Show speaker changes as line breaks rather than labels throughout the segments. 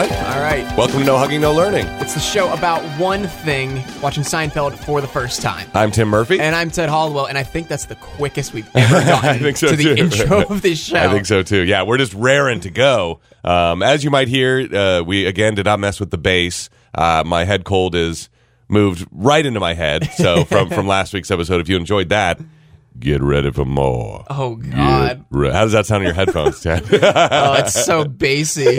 Welcome to No Hugging, No Learning.
It's the show about one thing, watching Seinfeld for the first time.
I'm Tim Murphy.
And I'm Ted Hallwell, and I think that's the quickest we've ever gotten
I think so
to
too.
the intro of this show.
I think so too. Yeah, we're just raring to go. Um, as you might hear, uh, we again did not mess with the bass. Uh, my head cold is moved right into my head. So from from last week's episode, if you enjoyed that, get ready for more.
Oh, God.
Get re- How does that sound in your headphones, Ted?
Oh, it's so bassy.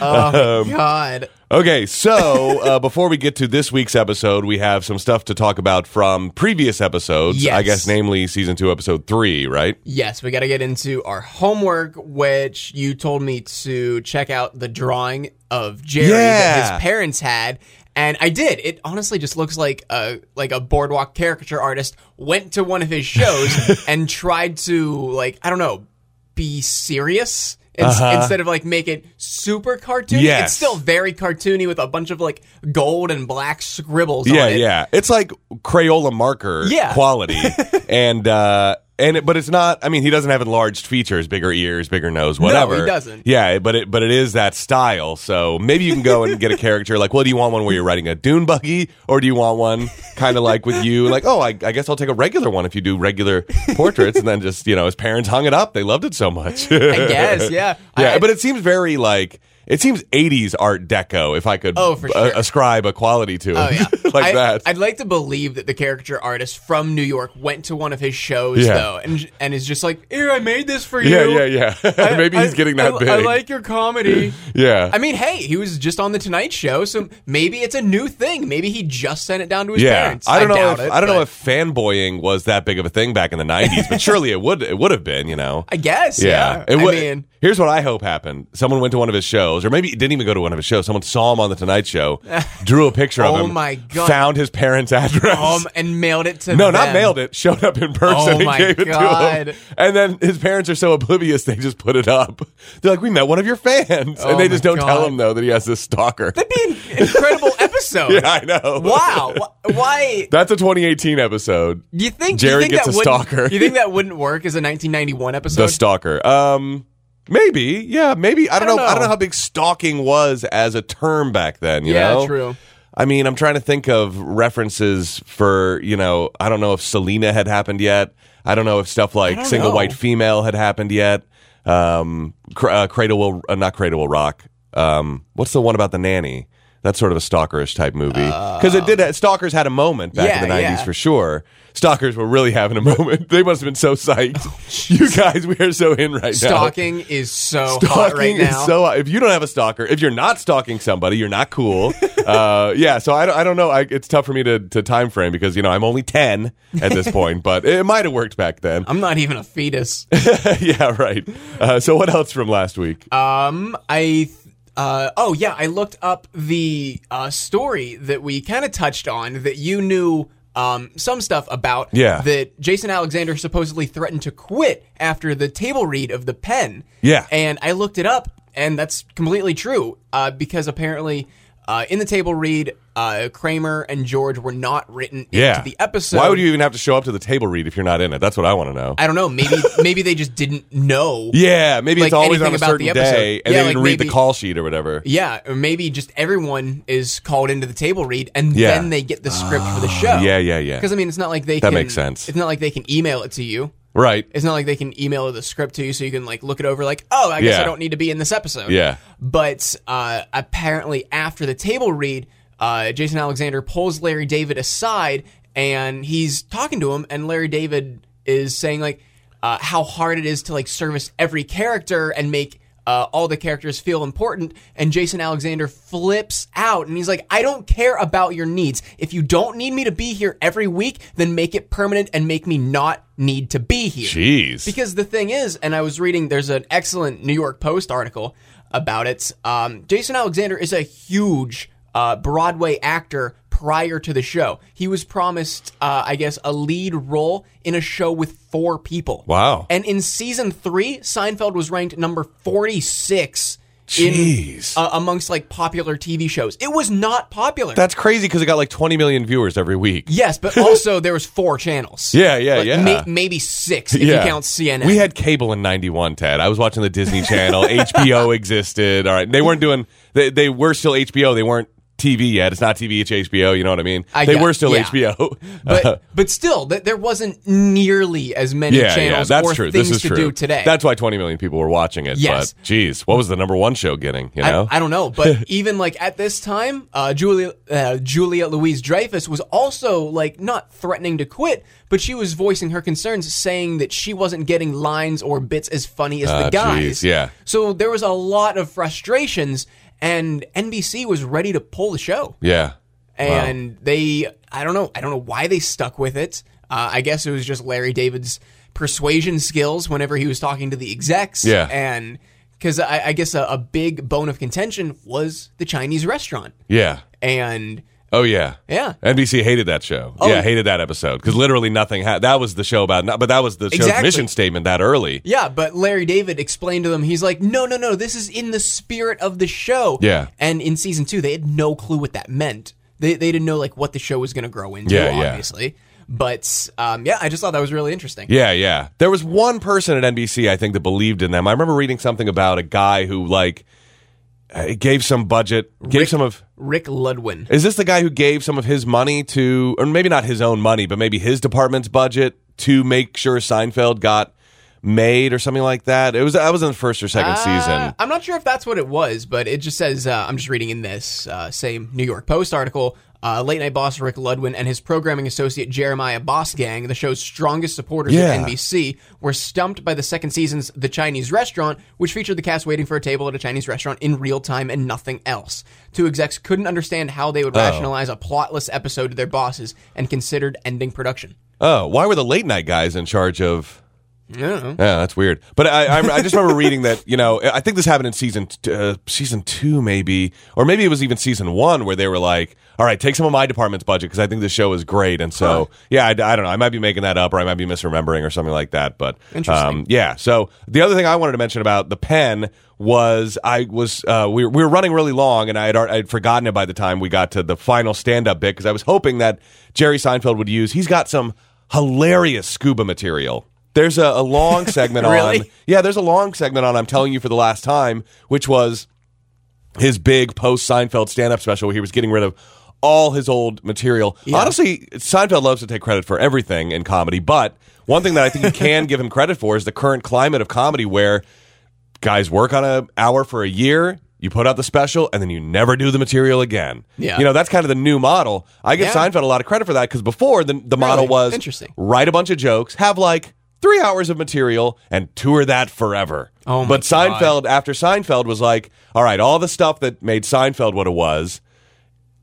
Oh,
Um,
my God.
Okay, so uh, before we get to this week's episode, we have some stuff to talk about from previous episodes.
Yes.
I guess, namely season two, episode three, right?
Yes, we got to get into our homework, which you told me to check out the drawing of Jerry that
Yeah.
his parents had, and I did. It honestly just looks like a like a boardwalk caricature artist went to one of his shows and tried to like I don't know, be serious. ins- Instead of like make it super cartoony,
Uh-huh. Yes.
it's still very cartoony with a bunch of like gold and black scribbles.
yeah,
on it.
yeah. It's like Crayola marker
Yeah.
quality, and uh, and it, but it's not. I mean, he doesn't have enlarged features, bigger ears, bigger nose, whatever.
he doesn't.
Yeah, but it but it is that style. So maybe you can go and get a character like, well, do you want one where you're riding a dune buggy, or do you want one kind of like with you, like, oh, I, I guess I'll take a regular one if you do regular portraits, and then just you know, his parents hung it up. They loved it so much.
I guess,
Yeah,
yeah. I- I-
but it seems very like it seems 80s Art Deco. If I could
Oh, for
uh,
sure.
ascribe a quality to it,
Oh yeah,
like
I,
that.
I'd like to believe that the caricature artist from New York went to one of his shows
Yeah.
though, and and is just like, "Here, I made this for
yeah,
you."
yeah, yeah. Maybe he's
I-
getting that
I,
big.
I like your comedy.
yeah,
I mean, hey, he was just on the Tonight Show, so maybe it's a new thing. Maybe he just sent it down to his
yeah.
parents.
I don't know.
doubt
If,
it,
I don't
but
know if fanboying was that big of a thing back in the '90s, but surely it would. It would have been, you know.
I guess. Yeah.
It
I
would-
mean,
here's what I hope happened. Someone went to one of his shows, or maybe he didn't even go to one of his shows. Someone saw him on the Tonight Show, drew a picture of
Oh
him,
my God.
found his parents' address.
um, and mailed it to
no,
them.
not mailed it. Showed up in person
Oh
and
my
gave it
God.
to him. And then his parents are so oblivious, they just put it up. They're like, "We met one of your fans,"
Oh
and they
my
just don't tell
God.
him though that he has this stalker.
It'd be an incredible episode.
yeah, I know.
Wow. Wh- Why?
That's a 2018 episode.
You think
Jerry
you think
gets
that
a
wouldn't-
stalker.
You think that wouldn't work as a 1991 episode?
The stalker. Um, maybe. Yeah, maybe. I don't, know. I don't know how big stalking was as a term back then. You
Yeah,
know?
true.
I mean, I'm trying to think of references for you know. I don't know if Selena had happened yet. I don't know if stuff like
don't
single
know.
white female had happened yet. Um, cr- uh, Cradle will uh, not Cradle will rock. Um, what's the one about the nanny? That's sort of a stalkerish type movie because it did. Stalkers had a moment back in the
Uh, Yeah,
'90s
yeah.
for sure. Stalkers were really having a moment. They must have been so psyched.
Oh,
you guys, we are so in right now.
Stalking is so hot right
Stalking is
now.
so hot. If you don't have a stalker, if you're not stalking somebody, you're not cool. uh, yeah, so I don't, I don't know. I, it's tough for me to, to time frame because, you know, I'm only 10 at this point, but it might have worked back then.
I'm not even a fetus.
yeah, right. Uh, so what else from last week?
Um, I. th- Uh, oh yeah, I looked up the uh, story that we kind of touched on that you knew um, some stuff about.
Yeah.
That Jason Alexander supposedly threatened to quit after the table read of the pen.
Yeah.
And I looked it up, and that's completely true uh, because apparently. Uh, in the table read, uh, Kramer and George were not written
yeah.
into the episode.
Why would you even have to show up to the table read if you're not in it? That's what I want to know.
I don't know. Maybe maybe they just didn't know.
yeah, maybe
Like,
it's always on
anything
a
about
certain
the episode.
day and
Yeah,
they
like,
didn't read the
maybe-
call sheet or whatever.
Yeah, or maybe just everyone is called into the table read, and
Yeah.
then they get the script for the show.
Yeah, yeah, yeah.
Because I mean, it's not like they
That
can,
makes sense.
It's not like they can email it to you.
Right.
It's not like they can email the script to you, so you can like look it over. Like, oh, I guess
Yeah.
I don't need to be in this episode.
Yeah.
But uh, apparently, after the table read, uh, Jason Alexander pulls Larry David aside, and he's talking to him, and Larry David is saying like uh, how hard it is to like service every character and make. Uh, all the characters feel important, and Jason Alexander flips out, and he's like, "I don't care about your needs. If you don't need me to be here every week, then make it permanent and make me not need to be here."
Jeez.
Because the thing is, and I was reading, there's an excellent New York Post article about it. Um, Jason Alexander is a huge uh, Broadway actor prior to the show. He was promised, uh, I guess, a lead role in a show with four people.
Wow.
And in season three, Seinfeld was ranked number 46
Jeez.
in uh, amongst like popular TV shows. It was not popular.
That's crazy because it got like 20 million viewers every week.
yes, but also there was four channels.
Yeah, yeah,
Like,
yeah.
may- maybe six if you count CNN.
We had cable in '91, Ted. I was watching the Disney Channel. HBO existed. All right, they weren't doing. They, they were still HBO. They weren't TV yet. It's not TV. It's HBO. You know what I mean?
I
they
get-
were still
yeah.
HBO.
but but still, th- there wasn't nearly as many
yeah, yeah,
channels
that's
or
true.
things
This is
to
true.
do today.
That's why 20 million people were watching it.
Yes.
But geez, what was the number one show getting? You know,
I, I don't know, but even like at this time, uh, Julia uh, Julia Louise Dreyfus was also like not threatening to quit, but she was voicing her concerns, saying that she wasn't getting lines or bits as funny as
Ah,
the guys.
jeez, yeah.
So there was a lot of frustrations, and NBC was ready to pull the show,
yeah.
and they I don't know I don't know why they stuck with it. Uh, I guess it was just Larry David's persuasion skills whenever he was talking to the execs.
Yeah.
and. Because I, I guess a, a big bone of contention was the Chinese restaurant,
Yeah.
and
Oh yeah.
Yeah. Oh.
NBC hated that show. yeah, hated that episode because literally nothing. Ha- that was the show about. no- But that was the show's
Exactly.
mission statement that early.
Yeah, but Larry David explained to them, he's like, no, no, no, this is in the spirit of the show.
Yeah.
And in season two, they had no clue what that meant. They, they didn't know, like, what the show was going to grow into,
Yeah, yeah.
obviously. But, um, yeah, I just thought that was really interesting.
Yeah, yeah. There was one person at NBC I think that believed in them. I remember reading something about a guy who like uh, gave some budget, gave some of.
Rick Ludwin.
Is this the guy who gave some of his money to, or maybe not his own money, but maybe his department's budget to make sure Seinfeld got made or something like that? It was. I was in the first or second
Uh,
season.
I'm not sure if that's what it was, but it just says uh, I'm just reading in this uh, same New York Post article. Uh, late night boss Rick Ludwin and his programming associate Jeremiah Bosgang, the show's strongest supporters
Yeah.
of NBC, were stumped by the second season's The Chinese Restaurant, which featured the cast waiting for a table at a Chinese restaurant in real time and nothing else. Two execs couldn't understand how they would rationalize a plotless episode to their bosses and considered ending production.
Oh, why were the late night guys in charge of?
I don't know.
Yeah, that's weird. But I, I, I just remember reading that you know I think this happened in season t- uh, season two maybe or maybe it was even season one where they were like, all right, take some of my department's budget because I think the show is great. And so yeah, I, I don't know, I might be making that up or I might be misremembering or something like that. But um,
Interesting.
yeah. So the other thing I wanted to mention about the pen was I was uh, we, were, we were running really long, and I had al- I had forgotten it by the time we got to the final stand up bit because I was hoping that Jerry Seinfeld would use. He's got some hilarious scuba material. There's a, a long segment on.
Really?
Yeah, there's a long segment on. I'm telling you for the last time, which was his big post Seinfeld stand up special where he was getting rid of all his old material. Honestly, Seinfeld loves to take credit for everything in comedy, but one thing that I think you can give him credit for is the current climate of comedy where guys work on an hour for a year. You put out the special and then you never do the material again.
Yeah.
You know, that's kind of the new model. I give
Yeah.
Seinfeld a lot of credit for that because before the, the model was
Interesting.
write a bunch of jokes, have like three hours of material, and tour that forever.
Oh my
but
God.
Seinfeld, after Seinfeld, was like, all right, all the stuff that made Seinfeld what it was,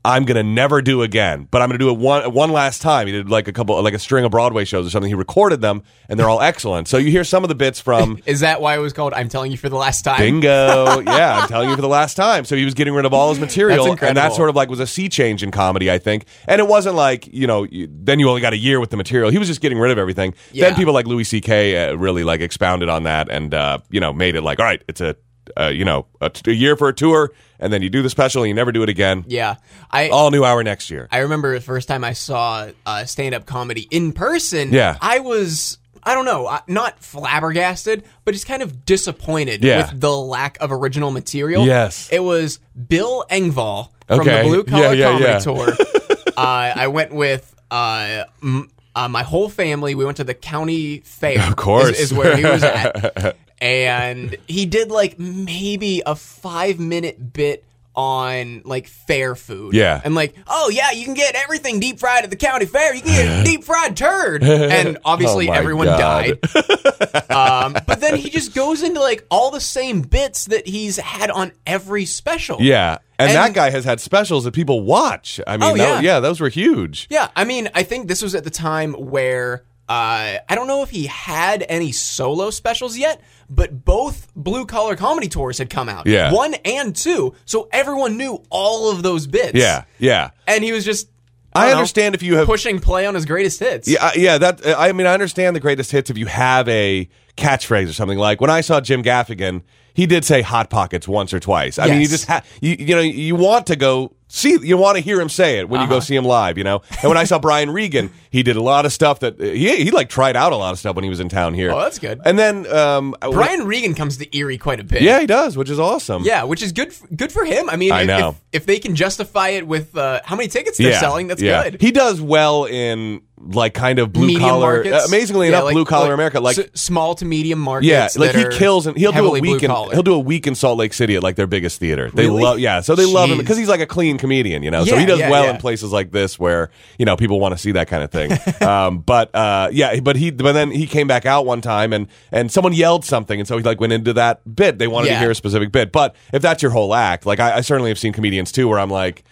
I'm gonna never do again. But I'm gonna do it one one last time. He did like a couple, like a string of Broadway shows or something. He recorded them, and they're all excellent. So you hear some of the bits from
Is that why it was called I'm Telling You for the Last Time?
Bingo. yeah, I'm telling you for the last time. So he was getting rid of all his material.
That's
and
incredible.
that sort of like was a sea change in comedy, I think. And it wasn't like, you know, you, then you only got a year with the material. He was just getting rid of everything.
Yeah.
Then people like Louis C.K. Uh, really like expounded on that and, uh, you know, made it like, all right, it's a, uh, you know, a, t- a year for a tour. And then you do the special and you never do it again.
Yeah. I,
All new hour next year.
I remember the first time I saw uh, stand up comedy in person.
Yeah.
I was, I don't know, I- not flabbergasted, but just kind of disappointed
Yeah.
with the lack of original material.
Yes.
It was Bill Engvall from
Okay.
the Blue
Yeah,
Collar
yeah,
Comedy
yeah.
Tour. uh, I went with. Uh, m- uh, my whole family, we went to the county fair. Of
course.
is, is where he was at, and he did like maybe a five minute bit on like fair food.
Yeah.
And like, oh yeah, you can get everything deep fried at the county fair. You can get a deep fried turd. And obviously
Oh my
everyone
God.
died. um, but then he just goes into like all the same bits that he's had on every special.
yeah. And,
And-
that guy has had specials that people watch. I mean,
Oh,
that-
yeah.
yeah, those were huge.
Yeah, I mean, I think this was at the time where uh, I don't know if he had any solo specials yet, but both blue collar comedy tours had come out.
Yeah.
One and two. So everyone knew all of those bits.
Yeah. yeah.
And he was just
I
know.
understand if you have
pushing play on his greatest hits.
Yeah, I- yeah. That I mean, I understand the greatest hits if you have a catchphrase or something. Like when I saw Jim Gaffigan, he did say "hot pockets" once or twice. I mean, you
Yes.
just ha- you you know you want to go see you want to hear him say it when
Uh-huh.
you go see him live. You know, and when I saw Brian Regan, he did a lot of stuff that he he like tried out a lot of stuff when he was in town here.
Oh, that's good.
And then um,
Brian Regan comes to Erie quite a bit.
yeah, he does, which is awesome.
Yeah, which is good. For, good for him. I mean,
I
if-
know.
If, if they can justify it with uh, how many tickets they're selling, that's
yeah.
good.
He does well in like kind of blue
Medium
collar. uh,
markets.
amazingly
Yeah,
enough,
like-
blue collar
like
America, like
s- small to medium markets.
Yeah, like
that
he
are
kills and he'll do
heavily
a week
blue
in
collar.
he'll do a week in Salt Lake City at like their biggest theater. They
Really?
love yeah, so they love him
Jeez.
because he's like a clean comedian, you know. so
Yeah,
he does
yeah,
well
yeah.
in places like this where you know people want to see that kind of thing. um, but uh, yeah, but he but then he came back out one time and and someone yelled something and so he like went into that bit. They wanted to
Yeah.
hear a specific bit, but if that's your whole act, like I, I certainly have seen comedians too where I'm like.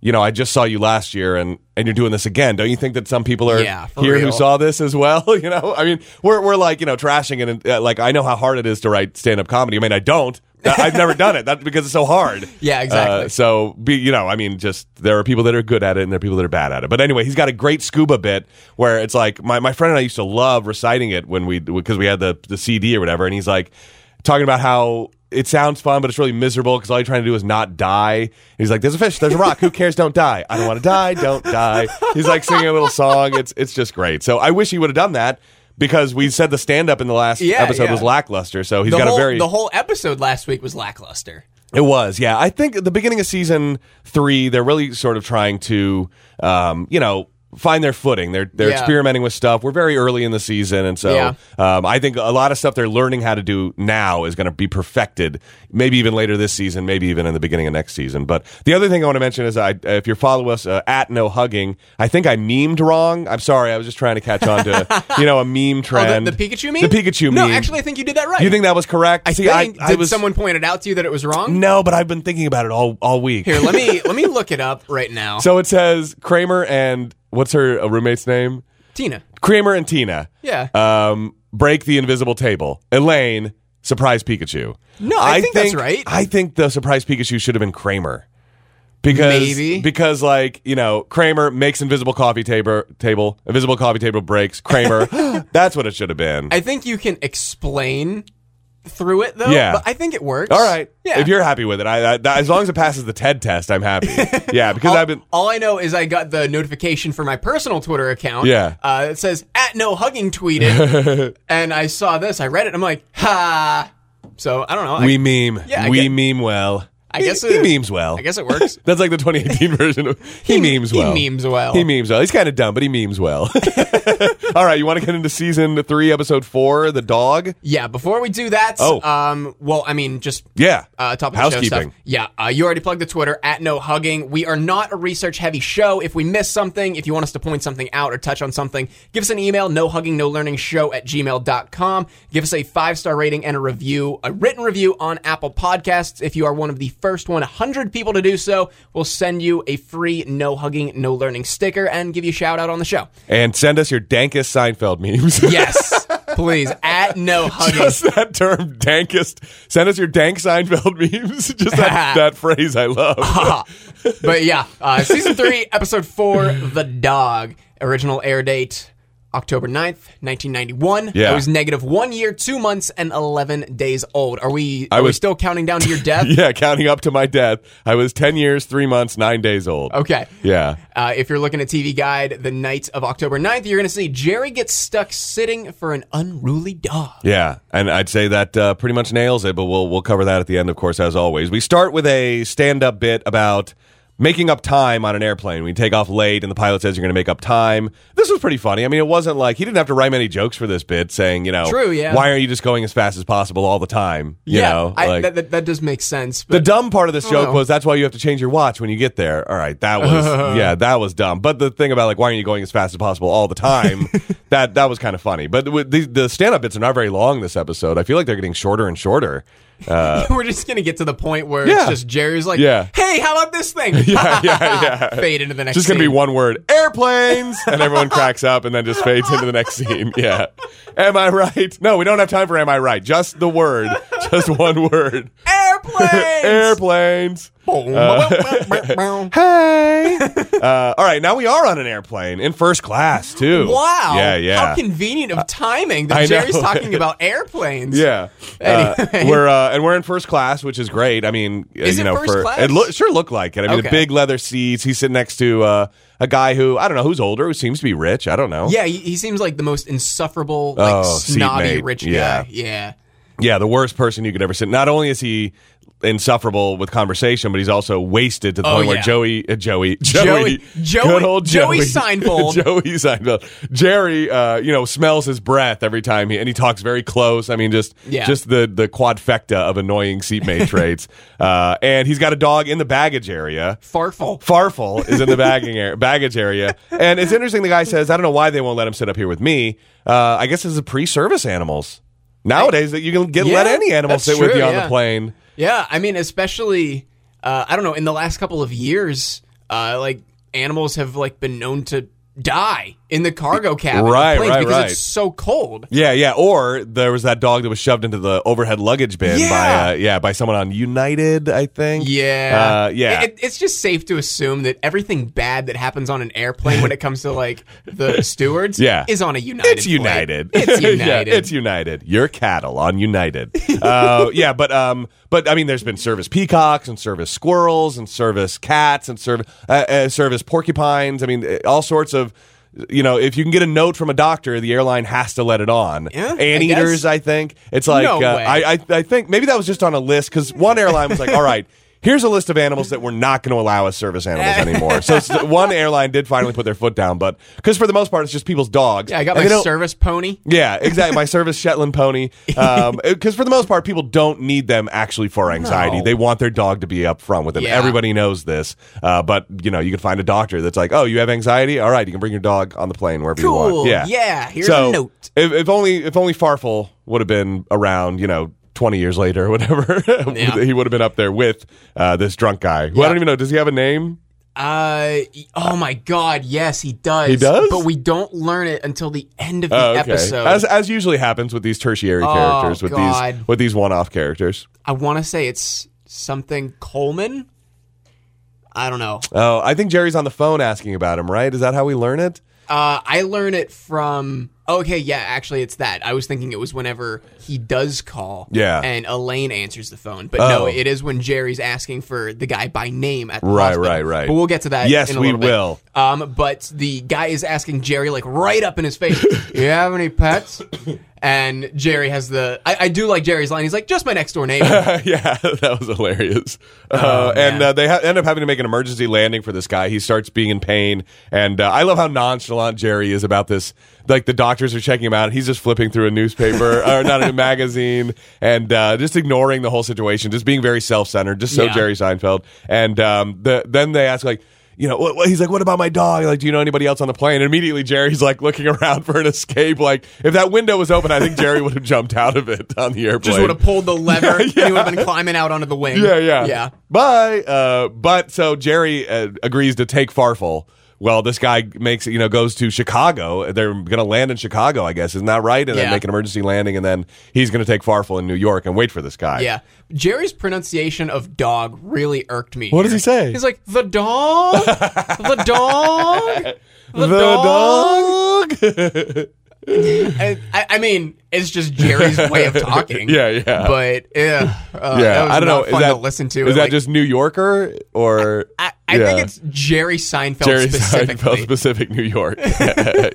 You know, I just saw you last year, and, and you're doing this again. Don't you think that some people are
Yeah, for
here who
real.
saw saw this as well. You know, I mean, we're we're like you know trashing it. And, uh, like I know how hard it is to write stand up comedy. I mean, I don't. I- I've never done it. That's because it's so hard.
Yeah, exactly.
Uh, so be you know, I mean, just there are people that are good at it and there are people that are bad at it. But anyway, he's got a great scuba bit where it's like my, my friend and I used to love reciting it when we because we had the the CD or whatever, and he's like talking about how. It sounds fun, but it's really miserable because all you're trying to do is not die. And he's like, "There's a fish, there's a rock. Who cares? Don't die. I don't want to die. Don't die." He's like singing a little song. It's it's just great. So I wish he would have done that because we said the stand up in the last
Yeah,
episode
yeah.
was lackluster. So he's
The
got
whole,
a very Oh,
the whole episode last week was lackluster.
it was, yeah. I think at the beginning of season three, they're really sort of trying to, um, you know, find their footing. They're they're
Yeah.
experimenting with stuff. We're very early in the season, and so
Yeah.
um, I think a lot of stuff they're learning how to do now is going to be perfected. Maybe even later this season. Maybe even in the beginning of next season. But the other thing I want to mention is, I if you follow us uh, at No Hugging, I think I memed wrong. I'm sorry. I was just trying to catch on to you know a meme
Oh,
trend.
the, the Pikachu meme.
The Pikachu
No,
meme.
actually, I think you did that right.
You think that was correct?
I
See,
think did someone pointed out to you that it was wrong?
no, but I've been thinking about it all all week.
Here, let me let me look it up right now.
So it says Kramer and what's her uh, roommate's name?
Tina.
Kramer and Tina.
Yeah.
Um, break the invisible table. Elaine, surprise Pikachu.
No, I think that's right.
I think the surprise Pikachu should have been Kramer. Because
Maybe.
because like, you know, Kramer makes invisible coffee table table, invisible coffee table breaks, Kramer. that's what it should have been.
I think you can explain through it though.
Yeah.
But I think it works.
all right.
Yeah.
If you're happy with it, I, I, that, as long as it passes the TED test, I'm happy. Yeah, because
all,
I've been
all I know is I got the notification for my personal Twitter account.
Yeah.
Uh, it says at no hugging tweeted, and I saw this. I read it. I'm like, ha. So I don't know. I,
we meme.
Yeah, I
we
get-
meme well.
I guess
he, he
it-
memes well.
I guess it works.
That's like the 2018 version. Of, he, memes well.
He memes well.
He memes well. He's kind of dumb, but he memes well. All right, you want to get into season three, episode four, the dog?
yeah. Before we do that,
Oh.
um, well, I mean, just
Yeah.
uh, top of the show
Housekeeping.
stuff. Yeah, uh, you already plugged the Twitter at no hugging. We are not a research heavy show. If we miss something, if you want us to point something out or touch on something, give us an email, no hugging, no learning show at gmail.com. Give us a five star rating and a review, a written review on Apple Podcasts. If you are one of the first 100 people to do so, we'll send you a free no hugging, no learning sticker and give you a shout out on the show.
And send us your dankest Seinfeld memes.
Yes, please, at no hugging.
Just that term, dankest. Send us your dank Seinfeld memes. Just that, that phrase I love.
Ah. but yeah, uh, season three, episode four, The Dog. Original air date October 9th, 1991.
Yeah.
I was negative one year, two months, and 11 days old. Are we,
I
are we
was-
still counting down to your death?
yeah, counting up to my death, I was 10 years, three months, nine days old.
Okay.
Yeah.
Uh, if you're looking at TV Guide, the night of October 9th, you're going to see Jerry gets stuck sitting for an unruly dog.
Yeah, and I'd say that uh, pretty much nails it. But we'll we'll cover that at the end, of course, as always. We start with a stand-up bit about making up time on an airplane. We take off late, and the pilot says you're going to make up time. This was pretty funny. I mean, it wasn't like he didn't have to write many jokes for this bit, saying you know,
True, yeah.
why aren't you just going as fast as possible all the time? You
yeah,
know,
I,
like-
that, that, that does make sense.
the
But Oh.
dumb part of this joke
know.
was that's why you have to change your watch when you get there. All right, that was yeah, that was dumb. But the thing about like why aren't you going as fast as possible all the time? that that was kind of funny. But with the, the stand up bits are not very long this episode. I feel like they're getting shorter and shorter.
we're just going to get to the point where
uh, Yeah.
it's just Jerry's like,
Yeah.
hey, how about this thing?
Yeah, yeah, yeah.
Fade into the next
It's just gonna be
scene.
one word: airplanes, and everyone cracks up and then just fades into the next scene. Yeah, am I right? No, we don't have time for am I right. Just the word, just one word.
Airplanes.
Airplanes.
Boom.
Hey. uh, all right, now we are on an airplane in first class too.
Wow.
Yeah, yeah.
How convenient of timing
I know.
that Jerry's talking about airplanes.
yeah, Uh,
Anyway.
we're uh, and we're in first class, which is great. I mean, uh,
Is
you
it
know,
first
for,
class?
it loo- sure looked like it. I mean, the
Okay.
big leather seats. He's sitting next to uh, a guy who I don't know who's older, who seems to be rich. I don't know.
Yeah, he, he seems like the most insufferable, like
Oh,
snobby
seatmate.
rich
Yeah.
guy. Yeah.
Yeah, the worst person you could ever sit. Not only is he insufferable with conversation, but he's also wasted to the
Oh,
point where
yeah.
Joey, uh, Joey, Joey,
Joey- Joey-
good old Joey,
Joey Seinfeld.
Joey Seinfeld, Jerry, uh, you know, smells his breath every time he and he talks very close. I mean, just
Yeah.
just the the quadfecta of annoying seatmate traits. Uh, and he's got a dog in the baggage area.
Farfel.
Farfel is in the bagging area, baggage area, and it's interesting. The guy says, "I don't know why they won't let him sit up here with me. Uh, I guess it's a pre-service animals nowadays that you can get let
Yeah,
any animal
that's
sit with
true,
you on the
yeah.
plane."
Yeah, I mean, especially uh, I don't know. In the last couple of years, uh, like animals have like been known to die in the cargo cabin, of
Right,
planes
right,
because
right.
it's so cold.
Yeah, yeah. Or there was that dog that was shoved into the overhead luggage bin by
Yeah.
uh, yeah by someone on United, I think.
Yeah,
uh, yeah.
It, it's just safe to assume that everything bad that happens on an airplane, when it comes to like the stewards,
Yeah.
is on a United.
It's
flight.
United.
It's
Yeah,
United.
it's United. Your cattle on United. Uh, yeah, but um, but I mean, there's been service peacocks and service squirrels and service cats and service uh, uh, service porcupines. I mean, uh, all sorts of. You know, if you can get a note from a doctor, the airline has to let it on.
Yeah, I
Anteaters,
guess.
I, think it's like
No
uh,
way.
I, I I think maybe that was just on a list because one airline was like, all right. Here's a list of animals that we're not going to allow as service animals anymore. So s- one airline did finally put their foot down, but because for the most part it's just people's dogs.
yeah, I got
And
my
they don't-
service pony.
yeah, exactly. My service Shetland pony. Because for the most part, people don't need them actually for anxiety.
No.
They want their dog to be up front with them.
Yeah.
Everybody knows this. Uh, but, you know, you can find a doctor that's like, oh, you have anxiety? All right, you can bring your dog on the plane wherever you
Cool.
want.
Yeah. here's
so
a note.
If, if only if only Farfel would have been around, you know, 20 years later or whatever,
Yeah.
he would have been up there with uh, this drunk guy who I
Yeah.
don't even know. Does he have a name?
Uh oh my god, yes, he does.
He does?
But we don't learn it until the end of the
Oh, okay.
episode.
As, as usually happens with these tertiary
Oh,
characters, with
God.
these with these one off characters.
I want to say it's something Coleman. I don't know.
Oh, I think Jerry's on the phone asking about him, right? Is that how we learn it?
Uh, I learn it from. oh, Okay, yeah, actually, it's that. I was thinking it was whenever he does call.
Yeah.
And Elaine answers the phone, but
Oh.
no, it is when Jerry's asking for the guy by name at the
Right,
hospital.
right, right.
But we'll get to that.
Yes,
in a
we
little bit.
will.
Um, but the guy is asking Jerry like right up in his face, "You have any pets?" And Jerry has the. I, I do like Jerry's line. Hehe's like, "Just my next door neighbor."
yeah, that was hilarious. Uh, and
Oh, man.
uh, they ha- end up having to make an emergency landing for this guy. He starts being in pain, and uh, I love how nonchalant Jerry is about this. Like the doctors are checking him out, and he's just flipping through a newspaper or not a magazine, and uh, just ignoring the whole situation, just being very self-centered, just so
Yeah.
Jerry Seinfeld. And um, the, then they ask like. You know, what, what- he's like, "What about my dog? Like, do you know anybody else on the plane?" And immediately, Jerry's like looking around for an escape. Like, if that window was open, I think Jerry would have jumped out of it on the airplane.
Just would have pulled the
Yeah,
lever.
yeah.
And he would have been climbing out onto the wing.
Yeah, yeah,
yeah.
Bye. Uh, but so Jerry uh, agrees to take Farfel. Well, this guy makes it, you know, goes to Chicago. They're going to land in Chicago, I guess. Isn't that right? And then
Yeah.
make an emergency landing, and then he's going to take Farfel in New York and wait for this guy.
Yeah. Jerry's pronunciation of dog really irked me.
What does
here.
he say?
He's like, the dog? the dog?
The, dog.
I, I I mean, it's just Jerry's way of talking.
Yeah, yeah.
But, yeah. Uh,
yeah,
that was
I don't
not
know. Is
fun
that
to listen to.
Is that
Like,
just New Yorker or?
I, I
Yeah.
think it's Jerry Seinfeld
Jerry Seinfeld
specifically.
specific New York.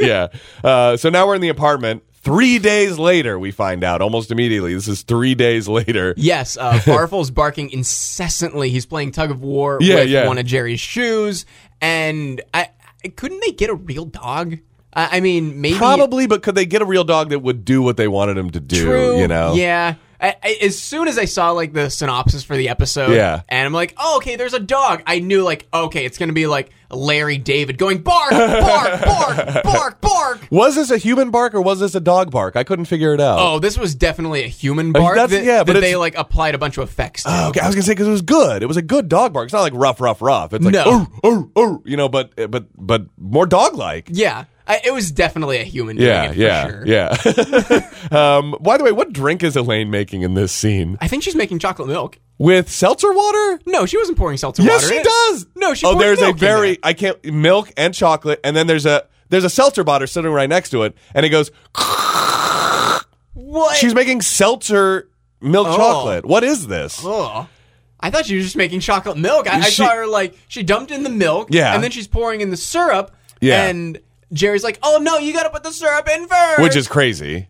yeah. Uh, so now we're in the apartment. Three days later, we find out almost immediately. This is three days later.
Yes, uh, Farfel's barking incessantly. He's playing tug of war
Yeah,
with
yeah.
one of Jerry's shoes, and I, I couldn't they get a real dog? I, I mean, maybe
Probably, but could they get a real dog that would do what they wanted him to do?
True.
You know?
Yeah. I, I, as soon as I saw like the synopsis for the episode,
Yeah.
and I'm like, oh, okay, there's a dog. I knew like, okay, it's gonna be like Larry David going bark, bark, bark, bark, bark.
Was this a human bark or was this a dog bark? I couldn't figure it out.
Oh, this was definitely a human bark.
that's-
that,
yeah, but
that
it's- Oh,
they like applied a bunch of effects. To.
Okay, I was gonna say because it was good. It was a good dog bark. It's not like rough, rough, rough. It's like
No.
oh, oh, oh, you know, but but but more dog like.
yeah, I- I, it was definitely a human doing
Yeah,
it for
yeah,
sure.
yeah. um, by the way, what drink is Elaine making in this scene?
I think she's making chocolate milk.
With seltzer water?
No, she wasn't pouring seltzer
Yes,
water.
she
in it.
does.
No, she
Oh,
poured
there's a
milk in
very
there.
I can't milk and chocolate, and then there's a there's a seltzer bottle sitting right next to it, and it goes.
What?
She's making seltzer milk
Oh.
chocolate. What is this?
Ugh. I thought she was just making chocolate milk. I, I
She-
saw her like she dumped in the milk,
Yeah.
and then she's pouring in the syrup.
Yeah.
and Jerry's like, "Oh no, you got to put the syrup in first.
Which is crazy.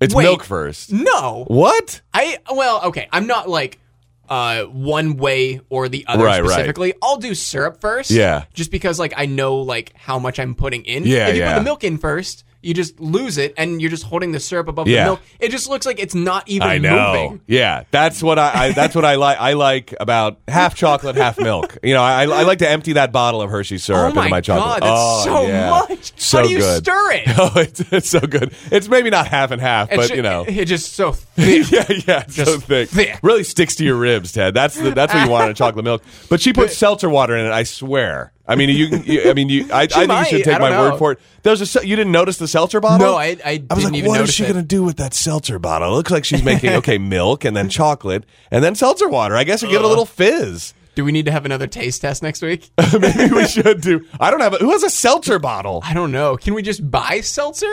It's
Wait.
milk first.
no.
What?
I well, okay. I'm not like uh one way or the other
Right, right.
specifically. I'll do syrup first.
Yeah.
Just because like I know like how much I'm putting in.
Yeah,
If you
yeah.
put the milk in first, you just lose it and you're just holding the syrup above
Yeah.
the milk. It just looks like it's not even
I know.
moving.
Yeah, that's what I, I that's what I like. I like about half chocolate, half milk. You know, I, I like to empty that bottle of Hershey syrup
Oh my
into my chocolate.
god,
Oh,
that's so
yeah.
much.
So
how do you
good.
stir it?
Oh, it's, it's so good. It's maybe not half and half,
It's
but
ju-
you know,
it's just so thick.
yeah, yeah, it's so
Just
thick.
thick.
Really sticks to your ribs, Ted. That's the, that's what you want in a chocolate milk. But she put seltzer water in it. I swear. I mean, you. can- you I mean, you. I, I think
might,
you should
I
take my
don't know.
word for it. There's a. sel- You didn't notice the seltzer bottle?
No, I- I
was
didn't
like,
even
what is
notice
she
it.
gonna do with that seltzer bottle? It looks like she's making okay milk and then chocolate and then seltzer water. I guess I give it a little fizz.
Do we need to have another taste test next week?
Maybe we should do. I don't have. A, who has a seltzer bottle?
I don't know. Can we just buy seltzer?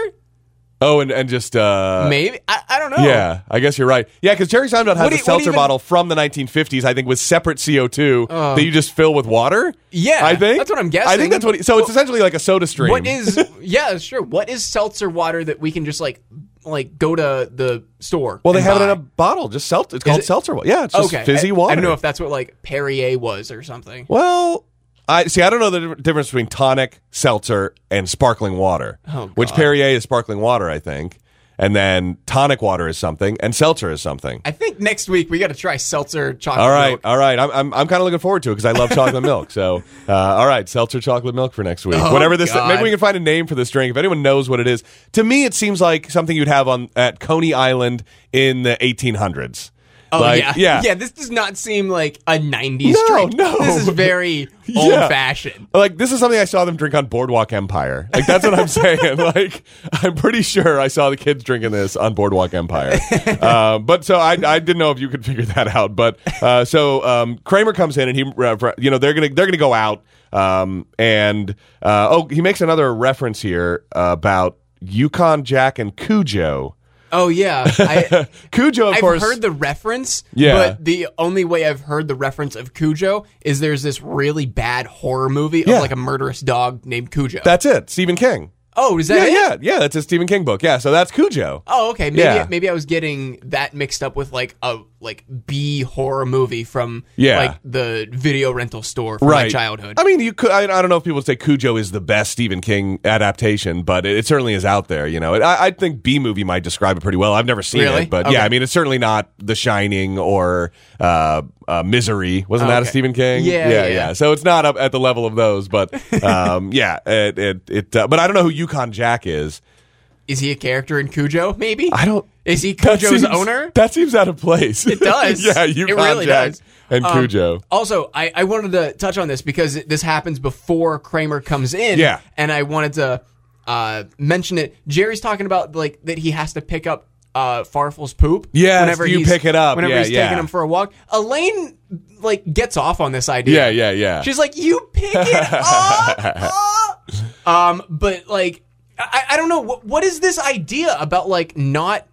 Oh, and and just. uh
Maybe I, I don't know.
Yeah, I guess you're right. Yeah, because Jerry Seinfeld has a
Oh. What do you- what do you
seltzer
even- Oh.
bottle from the 1950s, I think, with separate CO2 that you just fill with water.
Yeah,
I think
that's what I'm
I
guessing.
think that's what. He, so it's essentially like a Soda Stream.
What is yeah, sure. What is seltzer water that we can just like like go to the store?
Well, they
and
have it
buy?
in a bottle. Just seltzer. It's called
it-
seltzer water. Yeah, it's just
okay.
fizzy water.
I, I don't know if that's what like Perrier was or something.
Well, I see. I don't know the di- difference between tonic, seltzer, and sparkling water.
Oh,
Which
God.
Perrier is sparkling water, I think, and then tonic water is something, and seltzer is something.
I think next week we got to try seltzer chocolate.
All right,
milk.
all right. I'm I'm, I'm kind of looking forward to it because I love chocolate milk. So, uh, all right, seltzer chocolate milk for next week.
Oh,
Whatever this,
God.
maybe we can find a name for this drink. If anyone knows what it is, to me it seems like something you'd have on at Coney Island in the 1800s.
Oh
Like,
yeah,
yeah,
yeah. This does not seem like a '90s
No,
drink.
no.
This is very
Yeah.
old-fashioned.
Like this is something I saw them drink on Boardwalk Empire. Like that's what I'm saying. Like I'm pretty sure I saw the kids drinking this on Boardwalk Empire. uh, but so I, I didn't know if you could figure that out. But uh, so um, Kramer comes in and he uh, you know they're gonna they're gonna go out um, and uh, oh he makes another reference here about Yukon Jack and Cujo.
Oh yeah, I,
Cujo of
I've
course
heard the reference,
Yeah.
but the only way I've heard the reference of Cujo is there's this really bad horror movie
Yeah.
of like a murderous dog named Cujo.
that's it Stephen King.
oh, is that
Yeah,
it?
yeah, yeah. That's a Stephen King book. Yeah, so that's Cujo.
Oh, okay. Maybe
Yeah.
maybe I was getting that mixed up with like a like B horror movie from
Yeah.
like the video rental store from my childhood.
I mean, you could. I, I don't know if people would say Cujo is the best Stephen King adaptation, but it, it certainly is out there. You know, It- I, I think B movie might describe it pretty well. I've never seen
Really?
it, but
Okay.
yeah, I mean, it's certainly not The Shining or uh, uh, Misery. Wasn't that a
Okay.
Stephen King?
Yeah,
yeah,
yeah.
So it's not up at the level of those, but um, yeah, it it. it uh, but I don't know who Yukon Jack is.
is he a character in Cujo? Maybe.
I don't.
Is he
that
Cujo's
seems-
owner?
That seems out of place. It
does.
yeah,
It
Yukon
really
Jack
does.
and
Um,
Cujo.
Also, I, I wanted to touch on this because this happens before Kramer comes in.
Yeah.
And I wanted to uh, mention it. Jerry's talking about like that he has to pick up uh, Farfel's poop.
Yes,
whenever
you
he's-
pick it up.
Whenever
Yeah,
he's
yeah.
taking him for a walk. Elaine like gets off on this idea.
Yeah, yeah, yeah.
She's like, you pick it up. um, but like, I, I don't know what what is this idea about like not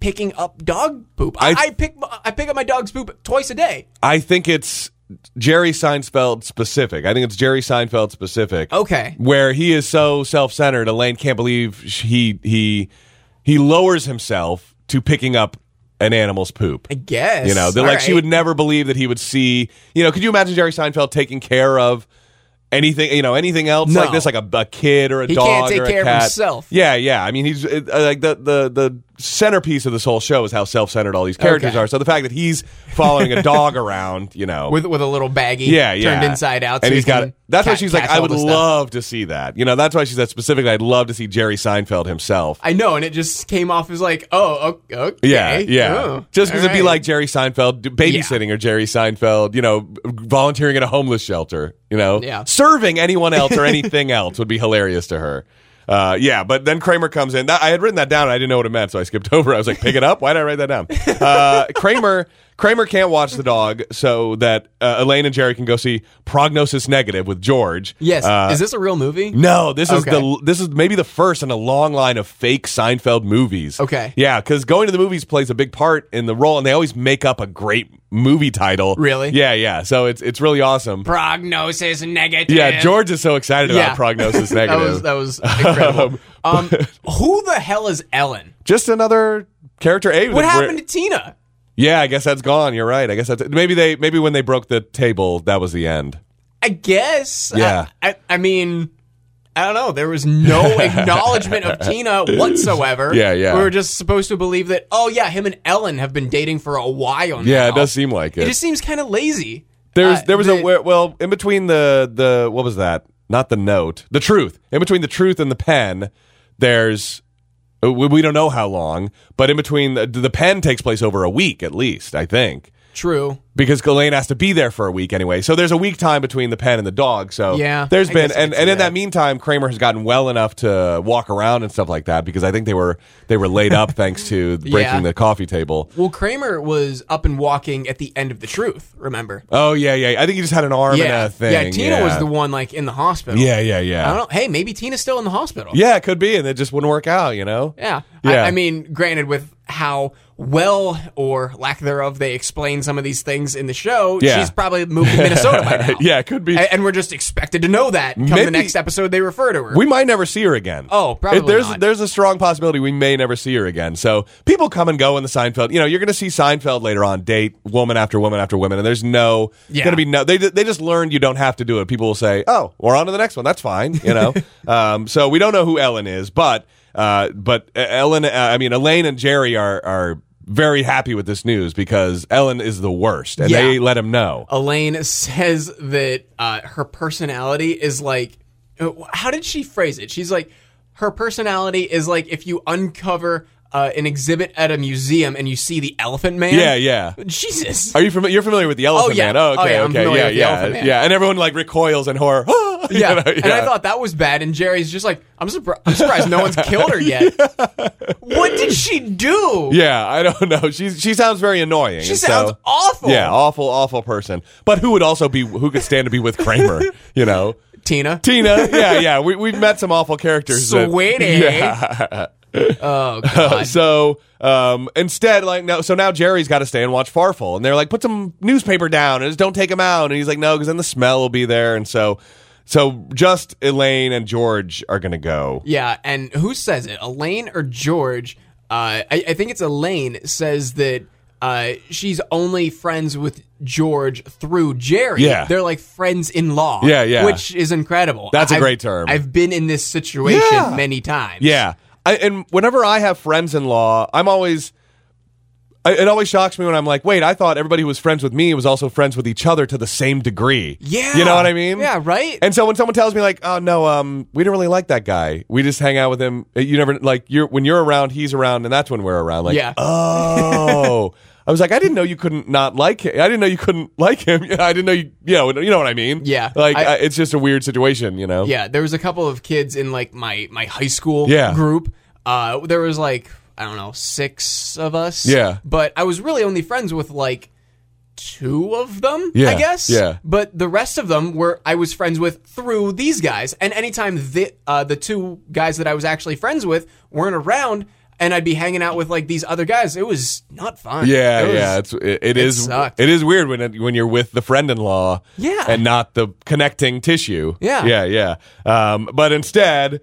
picking up dog poop. I,
I-
I, pick I pick up my dog's poop twice a day.
I think it's Jerry Seinfeld specific. I think it's Jerry Seinfeld specific.
Okay.
Where he is so self-centered, Elaine can't believe sh- he he he lowers himself to picking up an animal's poop.
I guess
You know, they're
All
like she
right.
would never believe that he would see. You know, could you imagine Jerry Seinfeld taking care of anything? You know, anything else
No.
like this, like a, a kid or a
He
dog
can't take
or a
care of
cat.
himself.
Yeah, yeah. I mean, he's it, uh, like the the the centerpiece of this whole show is how self centered all these characters
Okay.
are. So the fact that he's following a dog around, you know,
with with a little baggie.
yeah, yeah.
turned inside out. so
And
he
he's got
can
it. That's why
ca-
she's like,
catch
I
all
would
the stuff.
love to see that. You know, that's why she said specifically, I'd love to see Jerry Seinfeld himself.
I know, and it just came off as like, oh, o- okay,
Yeah, yeah.
oh,
Just because
all
it'd be
right.
like Jerry Seinfeld do- babysitting or Jerry Seinfeld, you know, volunteering at a homeless shelter, you know,
Yeah.
serving anyone else or anything else would be hilarious to her. Uh, yeah, but then Kramer comes in. That, I had written that down. And I didn't know what it meant, so I skipped over. I was like, "Pick it up." Why did I write that down? Uh, Kramer, Kramer can't watch the dog, so that uh, Elaine and Jerry can go see Prognosis Negative with George.
Yes.
Uh,
is this a real movie?
no, this is
Okay.
the this is maybe the first in a long line of fake Seinfeld movies.
Okay.
yeah, because going to the movies plays a big part in the role, and they always make up a great movie title.
Really?
Yeah, yeah. So it's it's really awesome.
Prognosis negative.
yeah, George is so excited
Yeah.
about Prognosis
That
Negative.
was that was incredible. um, who the hell is Ellen?
Just another character. A,
What
we're-
happened to Tina?
Yeah, I guess that's gone. You're right. I guess that's maybe they maybe when they broke the table, that was the end.
I guess.
Yeah.
I, I, I mean, I don't know. There was no acknowledgement of Tina whatsoever.
Yeah, yeah.
We were just supposed to believe that. Oh yeah, him and Ellen have been dating for a while.
Yeah, it
now.
does seem like
It
it.
just seems kind of lazy.
There's
Uh,
there was
the-
a where- well in between the the what was that? Not the note, the truth. In between the truth and the pen, there's we, we don't know how long, but in between uh, the, the pen takes place over a week at least, I think.
true.
because Ghislaine has to be there for a week anyway. So there's a week time between the pen and the dog. So
Yeah,
there's
I
been
guess I
and,
could see
and in
that.
that meantime, Kramer has gotten well enough to walk around and stuff like that because I think they were they were laid up thanks to breaking
Yeah.
the coffee table.
Well, Kramer was up and walking at the end of the truth. Remember?
Oh yeah, yeah. I think he just had an arm and
yeah.
a thing.
yeah. Tina was the one like in the hospital.
Yeah, yeah, yeah.
I don't know. Hey, maybe Tina's still in the hospital.
Yeah, it could be, and it just wouldn't work out, you know.
Yeah.
Yeah.
I, I mean, granted, with how well or lack thereof they explain some of these things in the show,
Yeah.
she's probably moved to Minnesota by now.
Yeah, it could be.
A- And, we're just expected to know that come
Maybe-
the next episode they refer to her.
We might never see her again.
Oh, probably
It- there's
not.
there's a strong possibility we may never see her again. So people come and go in the Seinfeld. You know, you're going to see Seinfeld later on, date woman after woman after woman, and there's no
Yeah.
going to be no. They they just learned you don't have to do it. People will say, oh, we're on to the next one. That's fine. You know. um, so we don't know who Ellen is, but uh, but uh, Ellen, uh, I mean Elaine and Jerry are are very happy with this news because Ellen is the worst, and
Yeah.
they let him know.
Elaine says that uh, her personality is like, uh, how did she phrase it? She's like, her personality is like if you uncover uh, an exhibit at a museum and you see the Elephant Man.
Yeah, yeah.
Jesus.
Are you familiar? You're familiar with the Elephant
yeah.
Man? Oh, okay,
Oh, yeah, I'm
okay,
familiar
yeah,
with the
yeah,
Elephant Man.
yeah. And everyone like recoils in horror. yeah,
yeah. and I thought that was bad. And Jerry's just like, I'm, surpri- I'm surprised no one's killed her yet. What did she do?
Yeah, I don't know. She's she sounds very annoying.
She sounds awful.
Yeah, awful, awful person. But who would also be who could stand to be with Kramer? you know,
Tina.
Tina. Yeah, yeah. We we've met some awful characters. that-
Sweetie. Oh,
Uh,
God.
so um, instead, like no, so now Jerry's got to stay and watch Farfel, and they're like, put some newspaper down and just don't take him out, and he's like, no, because then the smell will be there, and so so just Elaine and George are gonna go.
Yeah, and who says it? Elaine or George? Uh, I, I think it's Elaine says that uh, she's only friends with George through Jerry.
Yeah.
They're like friends in law.
Yeah, yeah.
Which is incredible.
That's a
I've-
great term.
I've been in this situation
Yeah.
many times.
Yeah, I, and whenever I have friends in law, I'm always. I, it always shocks me when I'm like, wait, I thought everybody who was friends with me was also friends with each other to the same degree.
Yeah.
you know what I mean?
Yeah, right?
And so when someone tells me like, "Oh no, um, we don't really like that guy. We just hang out with him. Uh, You never like you're when you're around, he's around, and that's when we're around." Like,
Yeah.
oh, I was like, I didn't know you couldn't not like him. I didn't know you couldn't like him. I didn't know you. You know, you know what I mean?
Yeah.
Like, I,
I-
it's just a weird situation, you know?
Yeah, there was a couple of kids in like my my high school
Yeah.
group. Uh, there was like I don't know six of us.
Yeah.
but I was really only friends with like two of them.
Yeah,
I guess.
yeah.
but the rest of them were I was friends with through these guys. And anytime the uh, the two guys that I was actually friends with weren't around. And I'd be hanging out with like these other guys. It was not fun.
Yeah,
It was-
yeah, it's it, it is
sucked.
it is weird when it, when you're with the friend-in-law,
Yeah.
and not the connecting tissue.
Yeah.
yeah, yeah. Um, but instead,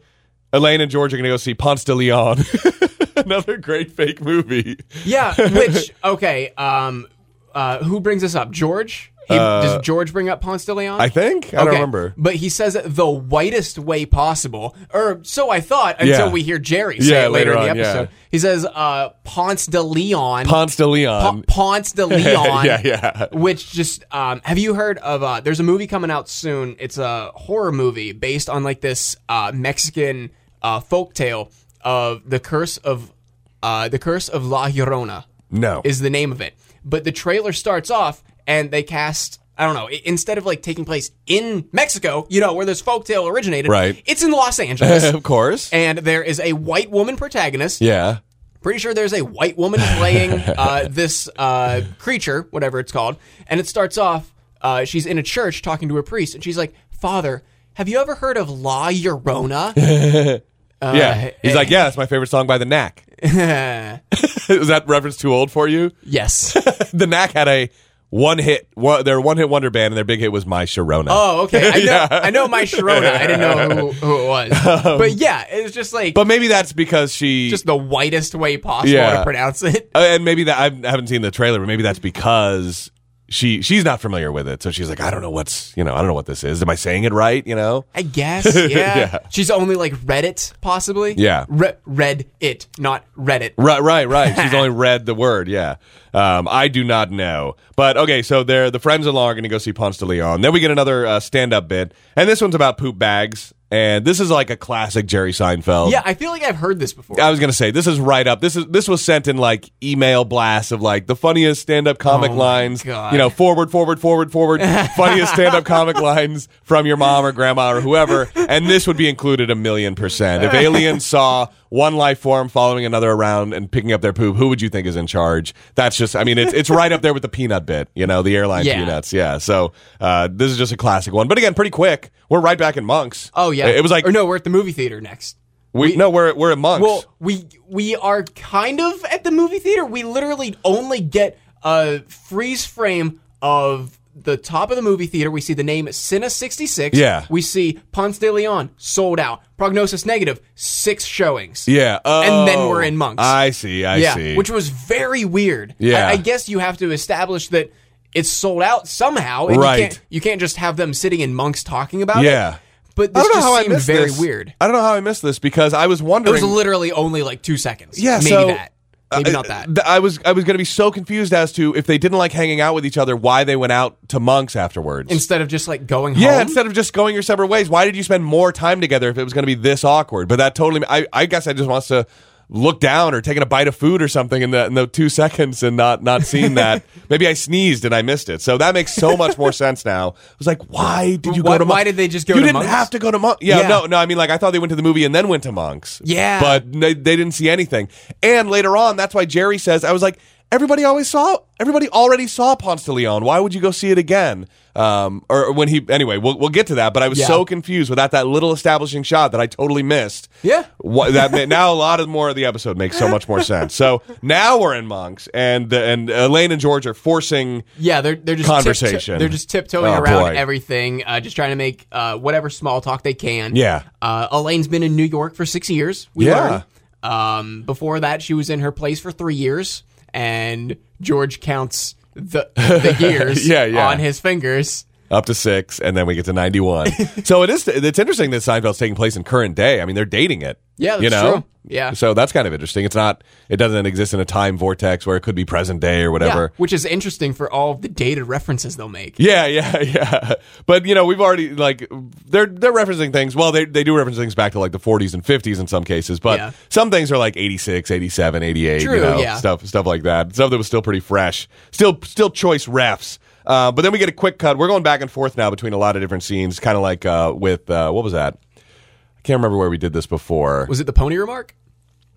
Elaine and George are gonna go see Ponce de Leon, another great fake movie.
Yeah, which okay. Um, uh, who brings this up? George. He, does George bring up Ponce de Leon?
Uh, I think I don't
Okay,
remember.
But he says it the whitest way possible, or so I thought until
Yeah.
we hear Jerry say
Yeah,
it
later
later, in
on,
the episode.
yeah.
He says uh, Ponce de Leon.
Ponce de
Pa-
Leon.
Ponce de Leon.
um, yeah, yeah.
Which just um, have you heard of? Uh, there's a movie coming out soon. It's a horror movie based on like this uh, Mexican uh, folktale of the curse of uh, the curse of La Llorona
No,
is the name of it. But the trailer starts off and they cast I don't know. i- Instead of like taking place in Mexico, you know, where this folktale originated,
Right.
It's in Los Angeles,
of course.
and there is a white woman protagonist.
yeah.
Pretty sure there's a white woman playing uh, this uh, creature, whatever it's called. And it starts off, uh, she's in a church talking to a priest, and she's like, Father, have you ever heard of La Llorona? Uh,
yeah. He's
eh.
like, yeah, that's my favorite song by The Knack. Is that reference too old for you?
yes.
the Knack had a one hit, one, their one hit wonder band, and their big hit was My Sharona.
Oh, okay. I know,
Yeah. Um,
I know my Sharona. I didn't know who, who it was. but yeah, it's just like
But maybe that's because she.
just the whitest way possible
Yeah.
to pronounce it.
Uh, and maybe that I haven't seen the trailer, but maybe that's because she she's not familiar with it, so she's like, I don't know what's you know, I don't know what this is. Am I saying it right? You know,
I guess. Yeah.
Yeah.
She's only like read it, possibly.
Yeah.
Re- read it, not Reddit.
right, right, right. she's only read the word. Yeah, um, I do not know, but okay. So they're the friends in law are going to go see Ponce de Leon. Then we get another uh, stand up bit, and this one's about poop bags, and this is like a classic Jerry Seinfeld.
Yeah, I feel like I've heard this before.
I was gonna say this is right up. This is this was sent in like email blasts of like the funniest stand up comic
Oh my
lines.
God.
You know, forward, forward, forward, forward. funniest stand up comic lines from your mom or grandma or whoever. And this would be included a million percent. If aliens saw one life form following another around and picking up their poop, who would you think is in charge? That's just. I mean, it's it's right up there with the peanut bit. You know, the airline
Yeah.
peanuts. Yeah. So uh, this is just a classic one. But again, pretty quick. We're right back in monks.
oh yeah.
It it was like
Or no, we're at the movie theater next.
we, no, we're we're in monks.
Well, we we are kind of at the movie theater. We literally only get a freeze frame of the top of the movie theater. We see the name Cine 66.
Yeah.
We see Ponce de Leon sold out. Prognosis negative, six showings.
Yeah. Oh,
And then we're in monks.
I see. I
yeah,
see.
which was very weird.
Yeah.
I, I guess you have to establish that it's sold out somehow. and
Right.
You can't, you can't just have them sitting in monks talking about it.
Yeah.
But
I
this
don't know
just
how I
seemed
missed
very
this.
weird.
I don't know how I missed this because I was
It
wondering.
was literally only like two seconds.
Yeah,
Maybe
so-
that. Maybe
uh,
not that.
th- I was I was going to be so confused as to if they didn't like hanging out with each other, why they went out to monks afterwards.
Instead of just like going
yeah,
home.
instead of just going your separate ways, why did you spend more time together if it was going to be this awkward? But that totally. I, I guess I just wants to look down or taking a bite of food or something in the in the two seconds and not not seeing that. Maybe I sneezed and I missed it. So that makes so much more sense now. I was like, why did you
Why-
go to? Mon-
why did they just go
You
to
didn't
monks?
have to go to monks. Yeah,
Yeah.
no, no. I mean, like I thought they went to the movie and then went to monks.
Yeah.
but they, they didn't see anything. And later on, that's why Jerry says, I was like, everybody always saw, everybody already saw Ponce de Leon. Why would you go see it again? Um, or when he, anyway, we'll, we'll get to that. But I was
Yeah.
so confused without that little establishing shot that I totally missed.
Yeah.
Wha- that ma- now a lot of more of the episode makes so much more sense. So now we're in monks, and the, and Elaine and George are forcing.
yeah, they're they're just tipto-
Conversation.
they're just tiptoeing
Oh,
around
boy.
everything, uh, just trying to make uh, whatever small talk they can.
Yeah.
Uh, Elaine's been in New York for six years. We
Yeah.
learned. Um, before that, she was in her place for three years, and George counts the the years
Yeah, yeah.
on his fingers.
Up to six, and then we get to ninety-one. so it is. It's interesting that Seinfeld's taking place in current day. I mean, they're dating it.
Yeah, that's
you know.
true. Yeah.
So that's kind of interesting. It's not. It doesn't exist in a time vortex where it could be present day or
Yeah,
whatever.
which is interesting for all of the dated references they'll make.
Yeah, yeah, yeah. But you know, we've already like they're they're referencing things. Well, they they do reference things back to like the 40s and 50s in some cases, but
Yeah.
some things are like 86, 87, 88, you
True,
know,
yeah.
stuff stuff like that. Stuff that was still pretty fresh. Still still choice refs. Uh, but then we get a quick cut. We're going back and forth now between a lot of different scenes, kind of like uh, with uh, what was that? I can't remember where we did this before.
Was it the pony remark?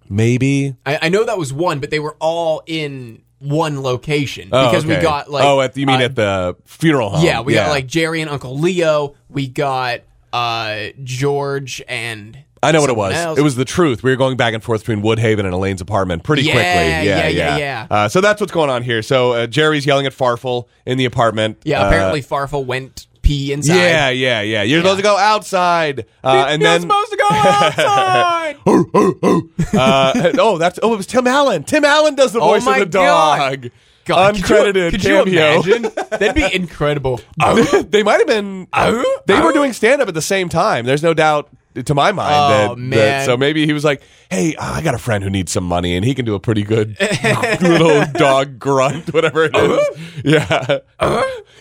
Maybe
I, I know that was one, but they were all in one location
Oh,
because we
okay.
got like
oh, at, you mean
uh,
at the funeral home?
yeah, we got like Jerry and Uncle Leo. We got uh George and
I know what it
someone
was.
else.
It was the truth. We were going back and forth between Woodhaven and Elaine's apartment pretty
Yeah,
quickly.
yeah, yeah, yeah.
Uh, so that's what's going on here. So uh, Jerry's yelling at Farfel in the apartment.
yeah.
Uh,
Apparently, Farfel went pee inside.
yeah, yeah, yeah. You're supposed to go outside, uh, and
You're
then Oh,
supposed to go outside.
uh, oh, that's oh, it was Tim Allen. Tim Allen does the voice
Oh my
of the dog.
God, could you-
Uncredited
could you,
cameo. Um,
imagine? That'd be incredible. Oh?
they might have been. they were doing stand up at the same time. There's no doubt. To my mind,
Oh,
that, that-
man.
so maybe he was like, "Hey, uh, I got a friend who needs some money, and he can do a
Uh-huh.
pretty good little dog grunt, whatever it is." Yeah,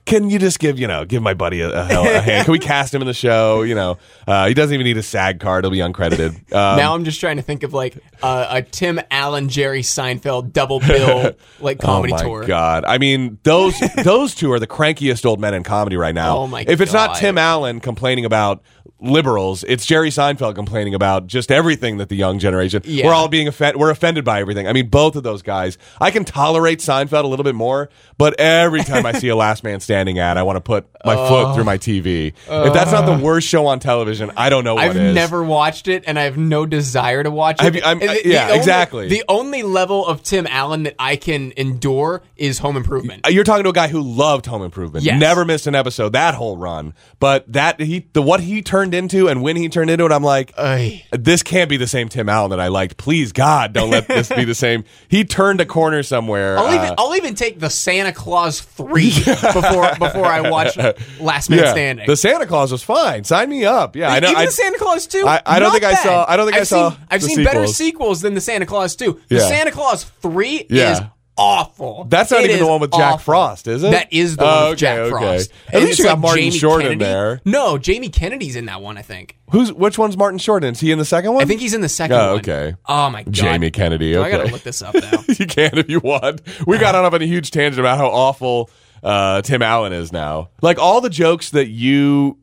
can you just give you know give my buddy a, a, hell- a hand? Can we cast him in the show? You know, uh, he doesn't even need a SAG card; he'll be uncredited. Um,
now I'm just trying to think of like uh, a Tim Allen, Jerry Seinfeld double bill like comedy
oh my
tour.
god! I mean, those those two are the crankiest old men in comedy right now.
Oh my
If it's not
God.
Tim Allen complaining about liberals, it's Jerry Seinfeld complaining about just everything that the young generation
Yeah.
we're all being offended. We're offended by everything. I mean, both of those guys. I can tolerate Seinfeld a little bit more, but every time I see a Last Man Standing ad, I want to put my
Oh.
foot through my TV. if that's not the worst show on television, I don't know what
Uh. I've
is.
never watched it, and I have no desire to watch it.
Have you- I'm-
And
I- yeah,
only-
exactly.
The only level of Tim Allen that I can endure is Home Improvement.
Uh, you're talking to a guy who loved Home Improvement,
Yes.
never missed an episode that whole run. But that he, the what he turned into and when he turned into it, I'm like,
Ay.
this can't be the same Tim Allen that I liked. Please God, don't let this be the same. He turned a corner somewhere.
I'll even
uh,
I'll even take the Santa Claus three before before I watch Last Man
yeah,
Standing.
the Santa Claus was fine. Sign me up. Yeah, I know.
Even
I,
the Santa Claus two.
I- I don't
not
think I
bad.
saw- I don't think I
I've
saw
Seen, I've
the
seen better
sequels.
sequels than the Santa Claus two. The
Yeah.
Santa Claus three
Yeah.
is awful.
that's not
It
even the
is
one with Jack
awful.
Frost, is it?
That is the
Oh,
one
okay,
with Jack
okay.
Frost.
At
And
least
it's
you got
like
Martin
Jamie
Short in
Kennedy.
there.
No, Jamie Kennedy's in that one. I think.
Who's which one's Martin Short in? Is he in the second one?
I think he's in the second
Oh,
one.
okay.
Oh my god.
Jamie Kennedy.
I gotta
okay.
look this up now.
you can if you want. We got on up on a huge tangent about how awful uh, Tim Allen is now. Like all the jokes that you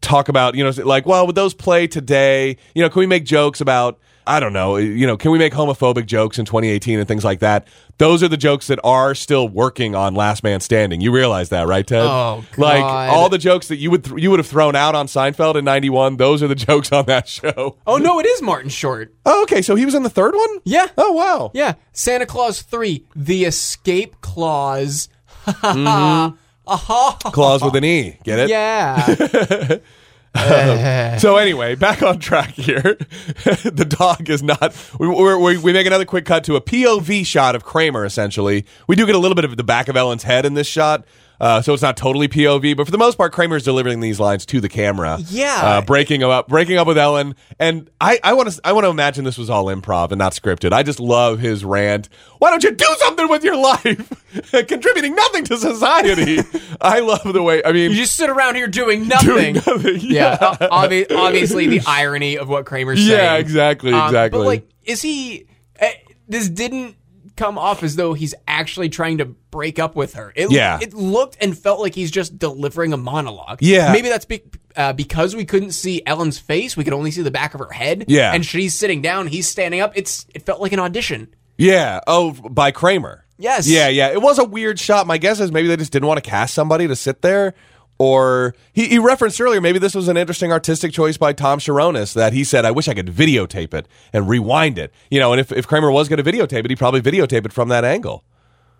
talk about, you know, like, well, would those play today? You know, can we make jokes about, I don't know, you know, can we make homophobic jokes in 2018 and things like that? Those are the jokes that are still working on Last Man Standing. You realize that, right, Ted?
Oh,
Like
God.
all the jokes that you would th- you would have thrown out on Seinfeld in '91. Those are the jokes on that show.
oh no, it is Martin Short.
Oh, okay, so he was in the third one.
Yeah.
Oh wow.
Yeah, Santa Claus 3, the escape clause.
Claws with an E. Get it?
Yeah.
So anyway, back on track here. the dog is not. We, we're, we we make another quick cut to a POV shot of Kramer. Essentially, we do get a little bit of the back of Ellen's head in this shot, uh, so it's not totally POV. But for the most part, Kramer's delivering these lines to the camera.
Yeah.
uh, breaking up, breaking up with Ellen. And I I want to I want to imagine this was all improv and not scripted. I just love his rant. Why don't you do something with your life? Contributing nothing to society. I love the way. I mean,
you just sit around here doing nothing.
doing nothing.
Yeah, obvi- obviously the irony of what Kramer's saying.
Yeah, exactly,
Um,
exactly.
But like, is he? eh, this didn't come off as though he's actually trying to break up with her. It,
Yeah.
it looked and felt like he's just delivering a monologue.
Yeah.
maybe that's be- uh, because we couldn't see Ellen's face; we could only see the back of her head.
Yeah.
and she's sitting down, he's standing up. It's it felt like an audition.
yeah. Oh, by Kramer.
Yes.
Yeah, yeah. It was a weird shot. My guess is maybe they just didn't want to cast somebody to sit there. Or he, he referenced earlier, maybe this was an interesting artistic choice by Tom Sharonis that he said, I wish I could videotape it and rewind it. You know, and if, if Kramer was going to videotape it, he'd probably videotape it from that angle.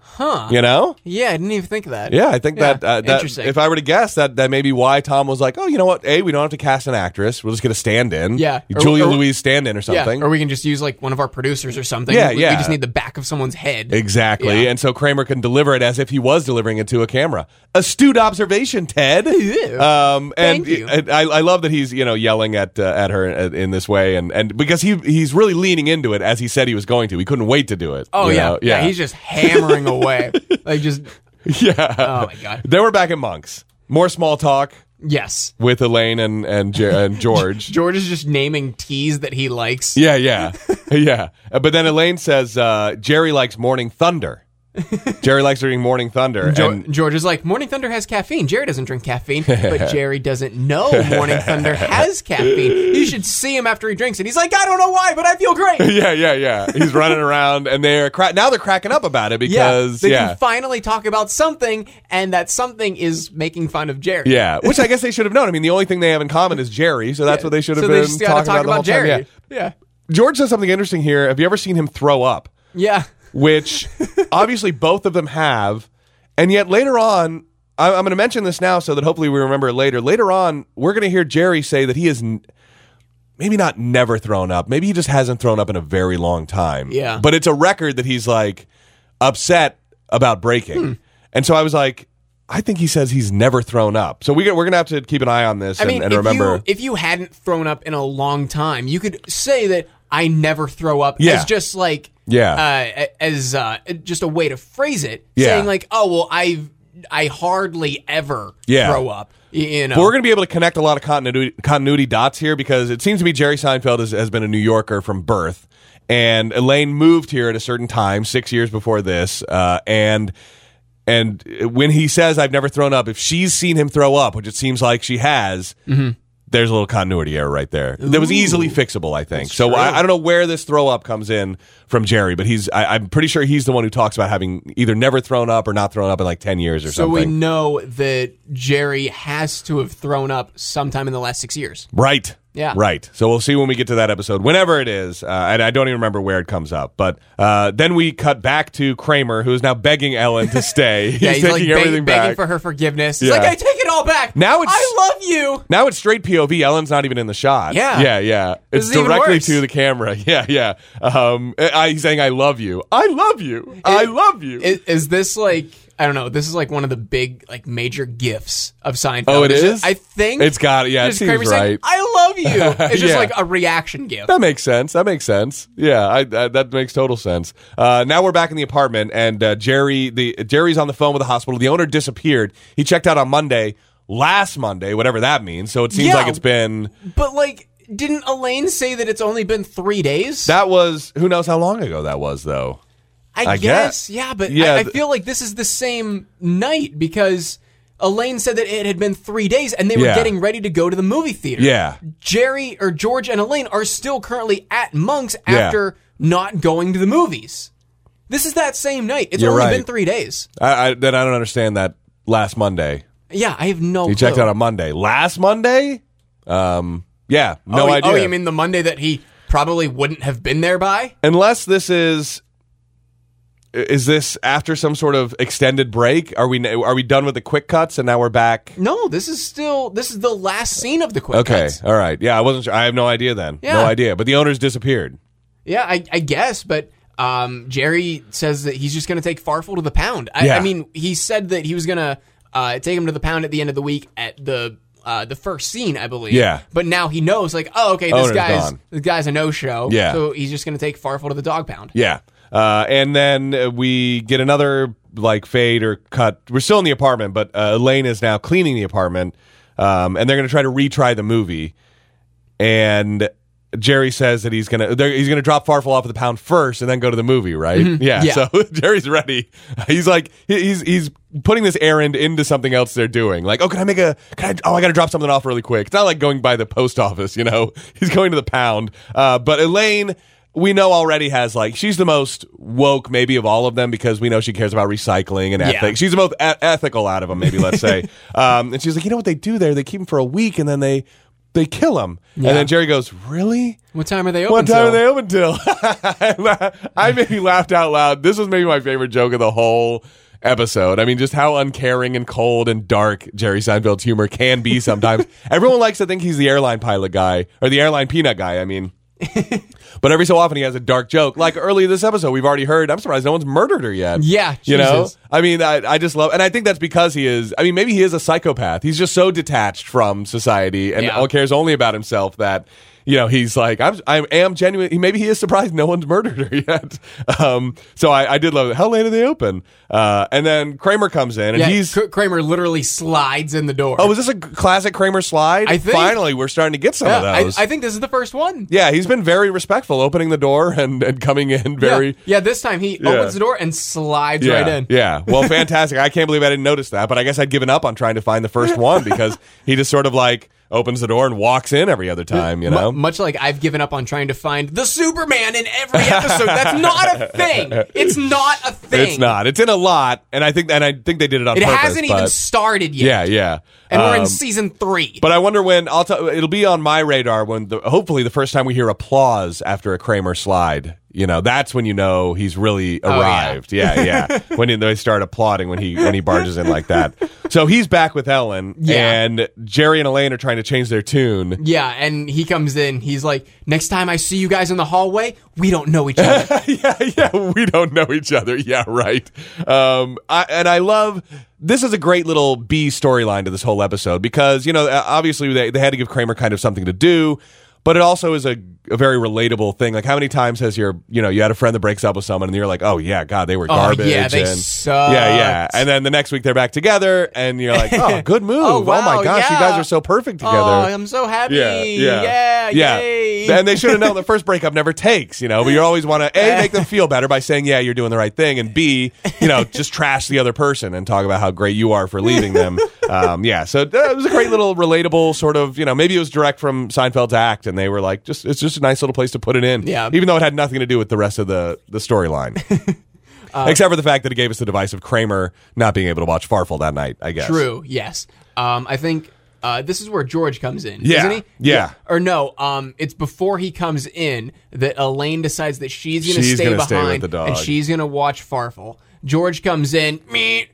Huh. You know?
Yeah, I didn't even think of that.
Yeah, I think
Yeah,
that, uh, that
interesting.
if I were to guess, that that may be why Tom was like, oh, you know what? A, we don't have to cast an actress. We'll just get a stand in.
Yeah. Or-
Julia
or-
Louise stand in or something.
Yeah, or we can just use like one of our producers or something.
Yeah,
we, we
yeah.
just need the back of someone's head.
Exactly.
Yeah.
And so Kramer can deliver it as if he was delivering it to a camera. Astute observation, Ted. Um, and
Thank you.
and I, I love that he's you know yelling at uh, at her in, in this way, and, and because he he's really leaning into it as he said he was going to. He couldn't wait to do it.
Oh
you
yeah.
know?
yeah,
yeah,
He's just hammering away, like just
yeah.
oh my god.
Then we're back at Monks. More small talk
Yes,
with Elaine and and, Jer- and George.
George is just naming teas that he likes.
yeah, yeah, yeah. Uh, But then Elaine says uh, Jerry likes morning thunder. Jerry likes drinking morning thunder.
Jo-
and-
George is like, Morning Thunder has caffeine. Jerry doesn't drink caffeine, but Jerry doesn't know Morning Thunder has caffeine. You should see him after he drinks it. He's like, I don't know why, but I feel great.
Yeah, yeah, yeah. He's running around, and they're cra- now they're cracking up about it because
they
yeah,
can finally talk about something, and that something is making fun of Jerry.
yeah. Which I guess they should have known. I mean, the only thing they have in common is Jerry, so that's what they should have
so they
been
just
talking
gotta talk
about the whole
about Jerry.
time.
yeah,
Yeah. George says something interesting here. Have you ever seen him throw up?
yeah.
Which obviously both of them have, and yet later on. I- I'm going to mention this now so that hopefully we remember it later. Later on, we're going to hear Jerry say that he is n- maybe not never thrown up. Maybe he just hasn't thrown up in a very long time.
Yeah.
But it's a record that he's like upset about breaking.
Hmm.
And so I was like, I think he says he's never thrown up. So we get, we're going to have to keep an eye on this
I
and,
mean,
and
if
remember.
you if you hadn't thrown up in a long time, you could say that I never throw up
Yeah.
as just like
Yeah.
uh, a- as uh, just a way to phrase it,
Yeah.
saying like, oh well, I've I hardly ever
Yeah.
throw up. y- You know,
But we're going to be able to connect a lot of continuity, continuity dots here because it seems to me Jerry Seinfeld has, has been a New Yorker from birth. And Elaine moved here at a certain time, six years before this. Uh, and and when he says, I've never thrown up, if she's seen him throw up, which it seems like she has,
Mm-hmm.
there's a little continuity error right there. That was easily fixable, I think. So I, I don't know where this throw up comes in from Jerry, but he's I, I'm pretty sure he's the one who talks about having either never thrown up or not thrown up in like 10 years or
so we
something.
know that Jerry has to have thrown up sometime in the last six years.
Right.
Yeah.
Right. So we'll see when we get to that episode, whenever it is. Uh, and I don't even remember where it comes up. But uh, then we cut back to Kramer, who is now begging Ellen to stay. he's,
Yeah, like
taking
beg-
everything
begging
back.
for her forgiveness. He's
Yeah.
like, I take it all back.
Now it's-
I love you.
now it's straight POV. Ellen's not even in the shot.
Yeah.
Yeah. Yeah. It's
is even
directly
worse.
to the camera. Yeah. Yeah. Um, I, he's saying, I love you. I love you. I love you.
Is, is this like I don't know? This is like one of the big like major gifts of Seinfeld.
Oh, it
It's just-
is?
I think
It's got it. Yeah, it
Just
seems
Kramer
right.
Saying, I love you. It's just
Yeah.
like a reaction gift.
That makes sense. That makes sense. Yeah, I, I, that makes total sense. Uh, now we're back in the apartment, and uh, Jerry, the Jerry's on the phone with the hospital. The owner disappeared. He checked out on Monday, last Monday, whatever that means. So it seems
Yeah.
like it's been
But like, didn't Elaine say that it's only been three days?
that was who knows how long ago that was though.
I,
I
guess.
guess.
Yeah, but
Yeah,
I, I
th-
feel like this is the same night because Elaine said that it had been three days and they were
Yeah.
getting ready to go to the movie theater.
Yeah.
Jerry or George and Elaine are still currently at Monk's
Yeah.
after not going to the movies. This is that same night. It's
You're
only
right.
been three days.
I, I, then I don't understand that last Monday.
Yeah, I have no.
He
clue.
checked out on Monday, last Monday. Um, yeah,
oh,
no
you-
idea.
Oh, you mean the Monday that he probably wouldn't have been there by?
unless this is is this after some sort of extended break are we are we done with the quick cuts and now we're back
No, this is still this is the last scene of the quick
okay
cuts.
all right yeah i wasn't sure i have no idea then no
Yeah.
idea but the owner's disappeared
Yeah, I, I guess, but um, Jerry says that he's just going to take Farfel to the pound. I,
Yeah.
I mean, he said that he was going to uh, take him to the pound at the end of the week at the uh, the first scene, I believe.
Yeah.
But now he knows, like, oh, okay, this
Owner's
guy's
gone.
this guy's a no show.
Yeah.
So he's just going to take Farfel to the dog pound.
yeah uh, and then uh, we get another like fade or cut we're still in the apartment but uh, elaine is now cleaning the apartment um, and they're going to try to retry the movie and Jerry says that he's gonna they're- he's gonna drop Farfel off at the pound first and then go to the movie, right? Yeah,
Yeah.
So Jerry's ready. He's like he- he's he's putting this errand into something else they're doing. Like, oh, can I make a? Can I? Oh, I gotta drop something off really quick. It's not like going by the post office, you know. He's going to the pound. Uh, but Elaine. We know already has like she's the most woke maybe of all of them because we know she cares about recycling and
Yeah.
ethics. She's the most e- ethical out of them maybe let's say. um, and she's like, you know what they do there? They keep him for a week and then they they kill him.
Yeah.
And then Jerry goes, Really?
What time are they open?
What time
till?
are they open till? I maybe laughed out loud. This was maybe my favorite joke of the whole episode. I mean, just how uncaring and cold and dark Jerry Seinfeld's humor can be sometimes. Everyone likes to think he's the airline pilot guy or the airline peanut guy. I mean, but every so often he has a dark joke. Like early this episode, we've already heard. I'm surprised no one's murdered her yet.
Yeah,
you know.
Jesus.
I mean, I, I just love, and I think that's because he is. I mean, maybe he is a psychopath. He's just so detached from society and
Yeah.
all cares only about himself that you know he's like I'm. I am genuine. Maybe he is surprised no one's murdered her yet. Um, so I, I did love it. How late are they open? Uh, and then Kramer comes in and
Yeah,
he's.
Kr- Kramer literally slides in the door.
Oh, is this a classic Kramer slide?
I think-
Finally, we're starting to get some
yeah,
of
I,
those.
I think this is the first one.
yeah, he's been very respectful, opening the door and, and coming in very.
yeah, Yeah, this time he opens the door and slides
Yeah,
right in.
Yeah. Well, fantastic. I can't believe I didn't notice that, but I guess I'd given up on trying to find the first one because he just sort of like opens the door and walks in every other time, you know?
Mu- much like I've given up on trying to find the Superman in every episode. That's not a thing. It's not a thing.
It's not. It's in a lot, and I think and I think they did it on
It
purpose.
hasn't even
but-
started yet.
Yeah, yeah.
And we're
Um,
in season three.
But I wonder when I'll tell. It'll be on my radar when the, hopefully the first time we hear applause after a Kramer slide. You know, that's when you know he's really
Oh, yeah.
arrived. yeah, yeah. when they start applauding when he when he barges in like that. So he's back with Ellen,
Yeah.
and Jerry and Elaine are trying to change their tune.
yeah, and he comes in. He's like, next time I see you guys in the hallway, we don't know each other.
yeah, yeah, we don't know each other. Yeah, right. Um, I, and I love this is a great little uh, B storyline to this whole episode because you know obviously they they had to give Kramer kind of something to do. But it also is a, a very relatable thing. Like, how many times has your, you know, you had a friend that breaks up with someone and you're like, oh, yeah, God, they were garbage.
yeah, they
and,
sucked.
Yeah, yeah. And then the next week they're back together and you're like, oh, good move.
Oh,
oh,
wow,
my gosh, you
yeah.
guys are so perfect together.
Oh, I'm so happy. Yeah, yeah, yay.
And they should have known the first breakup never takes, you know. But you always want to a make them feel better by saying, "Yeah, you're doing the right thing," and b, you know, just trash the other person and talk about how great you are for leaving them. Um, yeah, so uh, it was a great little relatable sort of, you know, maybe it was direct from Seinfeld's act, and they were like, just it's just a nice little place to put it in,
Yeah.
Even though it had nothing to do with the rest of the the storyline.
Uh,
Except for the fact that it gave us the device of Kramer not being able to watch Farfel that night, I guess.
True. Yes. Um, I think uh, this is where George comes in,
Yeah,
isn't he?
yeah.
Or no, um, it's before he comes in that Elaine decides that she's going to
She's
stay
gonna
behind
stay with the dog.
and she's going to watch Farfel. George comes in. Meet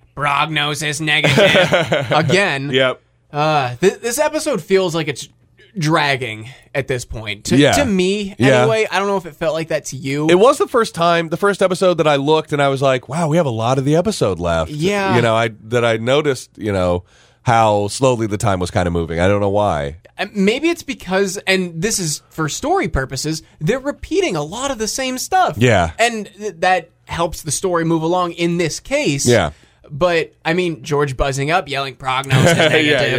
prognosis negative again.
Yep.
Uh, th- this episode feels like it's dragging at this point. To,
Yeah.
to me,
Yeah.
anyway. I don't know if it felt like that to you.
It was the first time, the first episode that I looked and I was like, wow, we have a lot of the episode left.
Yeah.
You know, I that I noticed, you know, how slowly the time was kind of moving. I don't know why.
Uh, Maybe it's because, and this is for story purposes, they're repeating a lot of the same stuff.
Yeah.
And th- that helps the story move along in this case.
Yeah.
But, I mean, George buzzing up, yelling prognosis negative,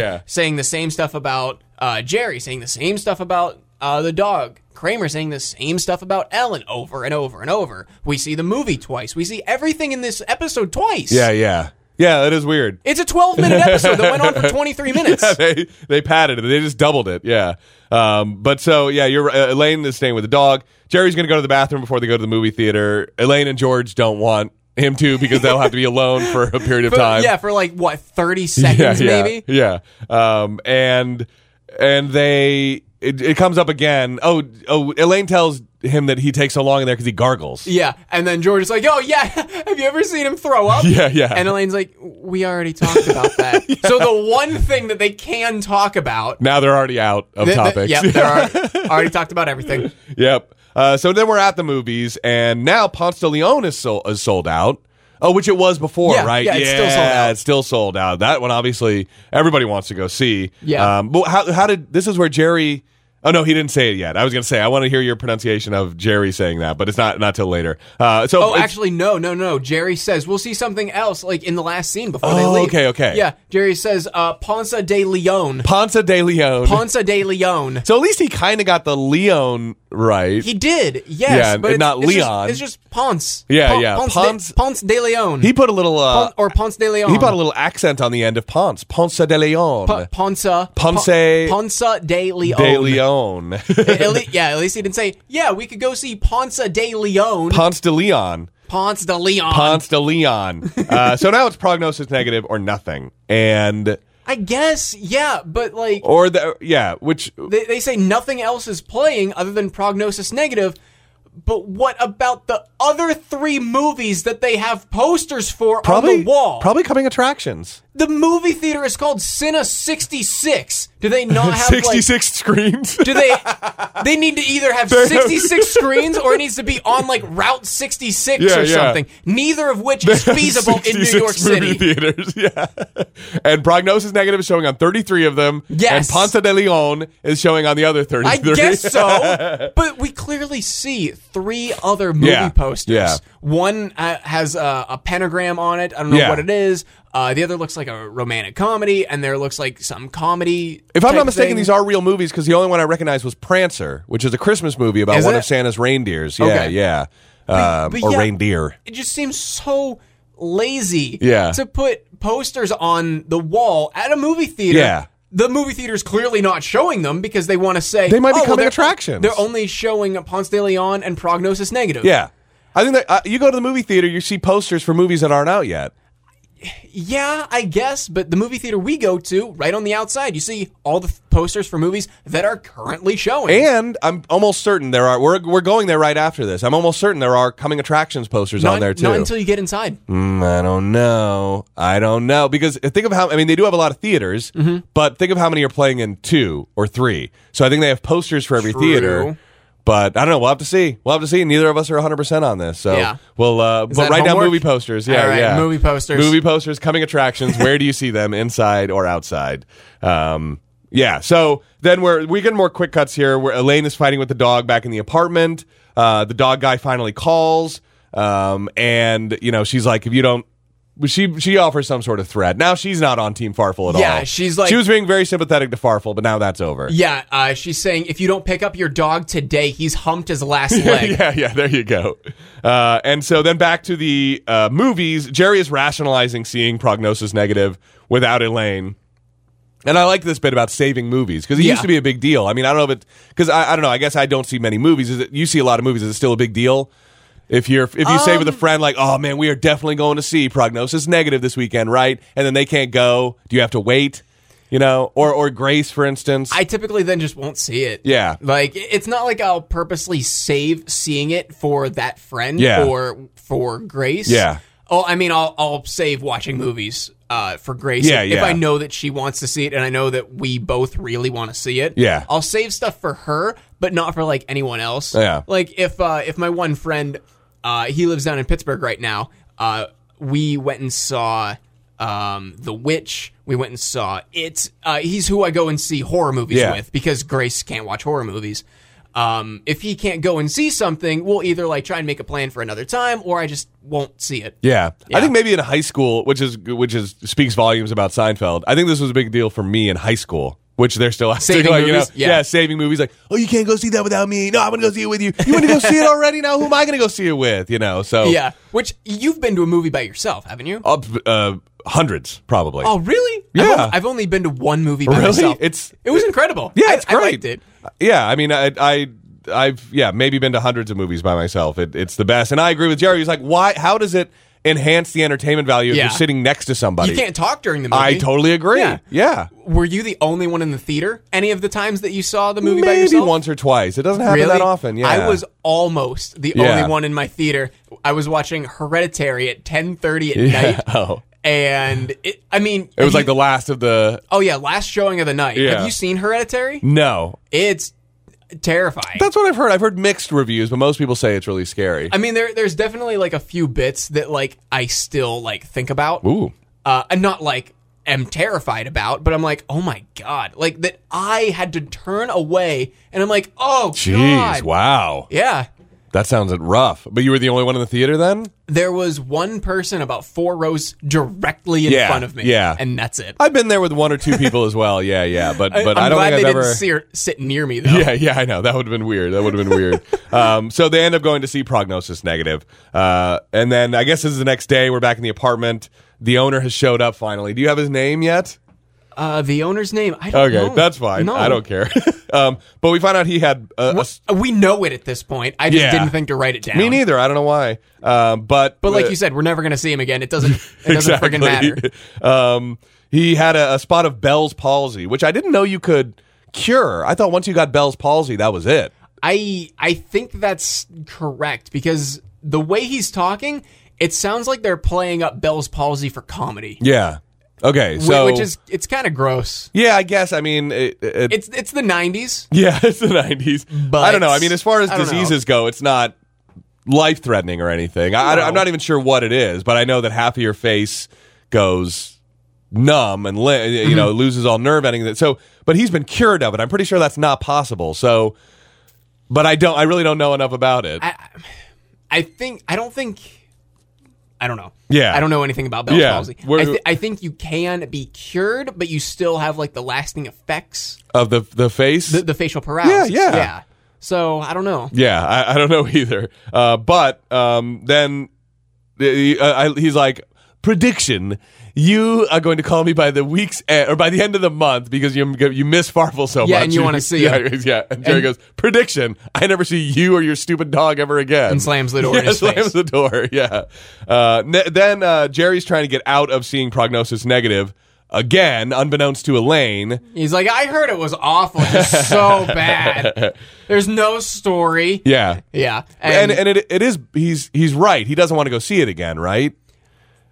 yeah.
saying the same stuff about uh, Jerry, saying the same stuff about uh, the dog. Kramer saying the same stuff about Ellen over and over and over. We see the movie twice. We see everything in this episode twice.
Yeah, yeah. Yeah, that is weird.
It's a 12 minute episode that went on for 23 minutes.
they they padded it. They just doubled it. Yeah. Um, but so yeah, you're uh, Elaine is staying with the dog. Jerry's gonna go to the bathroom before they go to the movie theater. Elaine and George don't want him to because they'll have to be alone for a period of
For-
time.
yeah, for like, what, 30 seconds
yeah,
maybe?
Yeah. yeah. Um, and and they it, it comes up again. Oh, oh, Elaine tells him that he takes so long in there because he gargles.
Yeah, and then George is like, "Oh yeah, have you ever seen him throw up?"
Yeah, yeah.
And Elaine's like, "We already talked about that." So the one thing that they can talk about,
Now they're already out of
th- th-
topics.
yep, they're already, already talked about everything.
Yep. Uh, so then we're at the movies, and now Ponce de Leon is, sol- is sold out. Oh, which it was before,
Yeah,
right?
yeah, it's still sold out.
It's still sold out. That one, obviously, everybody wants to go see.
Yeah.
Um, but how, how did this is where Jerry? Oh no, he didn't say it yet. I was going to say I want to hear your pronunciation of Jerry saying that, but it's not not till later. Uh, so
Oh,
it's-
actually, no, no, no. Jerry says we'll see something else, like in the last scene before they
Oh,
leave.
okay, okay.
Yeah, Jerry says, uh, "Ponce de Leon."
Ponce de Leon.
Ponce de Leon.
so at least he kind of got the Leon right.
He did, yes,
Yeah,
but
and
it's,
not
it's just-
Leon.
it's just Ponce.
Yeah,
Pon-
yeah,
Ponce,
Ponce-
de, Ponce de Leon.
He put a little uh,
Pon- or Ponce de Leon.
he put a little accent on the end of Ponce. Ponce de Leon.
P- Ponce.
Ponce-
Pon- Ponce de Leon.
de Leon.
at le- yeah, at least he didn't say, yeah, we could go see Ponce de Leon.
Ponce de Leon.
Ponce de Leon.
Ponce de Leon. Uh, so now it's prognosis negative or nothing, and
I guess, yeah, but like,
or the yeah, which
they, they say nothing else is playing other than Prognosis Negative. But what about the other three movies that they have posters for
probably
on the wall?
probably coming attractions.
the movie theater is called Cine 66. Do they not have
Sixty
like
six screens.
Do they? They need to either have 66 screens or it needs to be on like Route 66
Yeah,
or
yeah.
something. Neither of which is feasible in New
66
York City.
movie theaters. Yeah, and prognosis negative is showing on thirty three of them.
Yes.
and Ponce de Leon is showing on the other thirty
I
three.
guess so, but we clearly see three other movie
Yeah,
posters.
yeah.
One uh, has a, a pentagram on it. I don't know
Yeah.
what it is. Uh, the other looks like a romantic comedy, and there looks like some comedy.
If I'm
type
not mistaken,
thing.
these are real movies because the only one I recognize was Prancer, which is a Christmas movie about
Is
one
it?
of Santa's reindeers. Yeah,
Okay.
yeah. Um,
but
or
yeah-
reindeer.
it just seems so lazy
Yeah.
to put posters on the wall at a movie theater.
Yeah.
The movie theater's clearly not showing them because they want to say
They might be
"Oh, well,
coming
they're-
attractions."
They're only showing Ponce de Leon and Prognosis Negative.
Yeah. I think that uh, you go to the movie theater, you see posters for movies that aren't out yet.
Yeah, I guess, but the movie theater we go to, right on the outside, you see all the f- posters for movies that are currently showing.
And I'm almost certain there are. We're, we're going there right after this. I'm almost certain there are coming attractions posters
not,
on there too.
not until you get inside.
Mm, I don't know. I don't know because think of how. I mean, they do have a lot of theaters,
Mm-hmm.
but think of how many are playing in two or three. So I think they have posters for every
True.
theater. But I don't know. We'll have to see. We'll have to see. Neither of us are 100 percent on this. So
Yeah.
we'll. Uh, but
that
right now,
homework?
movie posters. Yeah,
All right,
yeah.
movie posters.
Movie posters. Coming attractions. Where do you see them? Inside or outside? Um, Yeah. So then we're we get more quick cuts here where Elaine is fighting with the dog back in the apartment. Uh, the dog guy finally calls, um, and you know she's like, if you don't. She she offers some sort of threat. Now she's not on Team Farfel at all.
Yeah, she's like-
she was being very sympathetic to Farfel, but now that's over.
Yeah, uh, she's saying if you don't pick up your dog today, he's humped his last leg.
yeah, yeah, there you go. Uh, and so then back to the uh, movies. Jerry is rationalizing seeing prognosis negative without Elaine. And I like this bit about saving movies because it
Yeah.
used to be a big deal. I mean, I don't know if it because I, I don't know. I guess I don't see many movies. Is it, you see a lot of movies? Is it still a big deal? If you're if you say
Um,
with a friend like, oh man, we are definitely going to see prognosis negative this weekend, right? And then they can't go. Do you have to wait? You know, or or Grace, for instance.
I typically then just won't see it.
Yeah.
Like it's not like I'll purposely save seeing it for that friend
Yeah.
or for Grace.
Yeah.
Oh, I mean, I'll I'll save watching movies uh, for Grace.
Yeah,
if, if
yeah.
I know that she wants to see it and I know that we both really want to see it.
Yeah.
I'll save stuff for her, but not for like anyone else.
Yeah.
Like if uh, if my one friend, uh, he lives down in Pittsburgh right now. Uh, we went and saw um, The Witch. We went and saw it. Uh, he's who I go and see horror movies
Yeah.
with because Grace can't watch horror movies. Um, if he can't go and see something, we'll either like try and make a plan for another time, or I just won't see it.
Yeah.
Yeah.
I think maybe in high school, which is which is speaks volumes about Seinfeld. I think this was a big deal for me in high school, which they're still acting
Saving
like, you know,
movies? Yeah.
yeah. saving movies like, oh, you can't go see that without me. No, I'm gonna go see it with you. You want to go see it already? Now who am I gonna go see it with? You know, so
Yeah, which you've been to a movie by yourself, haven't you?
up uh, hundreds probably.
Oh, really? I've
Yeah.
only- I've only been to one movie by
Really?
myself.
It's-
it was incredible.
yeah,
I-
it's
I
great.
liked it.
Yeah, I mean, I. I I've yeah maybe been to hundreds of movies by myself. It, it's the best, and I agree with Jerry. He's like, why? How does it enhance the entertainment value if
Yeah.
you're sitting next to somebody?
You can't talk during the movie.
I totally agree.
Yeah.
yeah.
Were you the only one in the theater any of the times that you saw the movie
maybe
by yourself?
once or twice. It doesn't happen
really?
that often. Yeah,
I was almost the
Yeah.
only one in my theater. I was watching Hereditary at 10:30 at
Yeah.
night. And it, I mean,
Oh. It was like the last of the.
oh yeah, last showing of the night.
Yeah.
Have you seen Hereditary?
No,
It's terrifying.
that's what I've heard. I've heard mixed reviews, but most people say it's really scary.
I mean, there there's definitely like a few bits that like I still like think about.
Ooh,
uh, I'm not like am terrified about, but I'm like, oh my god, like that I had to turn away, and I'm like, oh
jeez,
god,
wow,
yeah.
that sounds rough. But you were the only one in the theater then.
There was one person about four rows directly in
Yeah,
front of me,
yeah.
and that's it.
I've been there with one or two people as well. Yeah, yeah, but
I,
but
I'm
I don't
glad
think I've
they
ever.
didn't sear- sit near me though.
Yeah, yeah, I know. That would have been weird. That would have been weird. um, so they end up going to see prognosis negative. Uh, and then I guess this is the next day. We're back in the apartment. The owner has showed up finally. Do you have his name yet?
Uh, the owner's name, I don't
Okay,
know.
that's fine.
No.
I don't care. um, but we found out he had. Uh, a s-
Uh, We know it at this point. I just
Yeah.
didn't think to write it down.
me neither. I don't know why. Um, but
But like you said, we're never going to see him again. It doesn't. It doesn't
exactly.
friggin' matter.
um, he had a, a spot of Bell's palsy, which I didn't know you could cure. I thought once you got Bell's palsy, that was it.
I I think that's correct because the way he's talking, it sounds like they're playing up Bell's palsy for comedy,
Yeah. Okay.
whi-
So
which is it's kind of gross.
yeah, I guess. I mean, it, it,
It's it's the '90s.
yeah, it's the nineties.
But-
I don't know. I mean, as far as
I don't know.
diseases go, it's not life threatening or anything. I,
No.
I, am not even sure what it is, but I know that half of your face goes numb and li-
Mm-hmm.
you know loses all nerve ending. That so, but he's been cured of it. I'm pretty sure that's not possible. So, but I don't. I really don't know enough about it.
I think I don't think I don't know.
Yeah.
I don't know anything about Bell's
Yeah.
palsy. I,
We're-
th- I think you can be cured, but you still have like the lasting effects,
of the the face.
the, the facial paralysis.
yeah.
yeah. So I don't know.
yeah, I, I don't know either. Uh, but um, then the- uh, I, he's like, prediction. You are going to call me by the week's end, or by the end of the month because you you miss Farfel so
Yeah,
much.
and you wanna see
yeah,
him.
yeah. And Jerry
And-
goes, prediction. I never see you or your stupid dog ever again.
And slams the door in
Yeah,
his face.
slams the door. Yeah. Uh, ne- then uh, Jerry's trying to get out of seeing prognosis negative again, unbeknownst to Elaine.
He's like, I heard it was awful. It's just so bad. There's no story.
Yeah.
Yeah,
And, and it, it is he's he's right. He doesn't want to go see it again, right?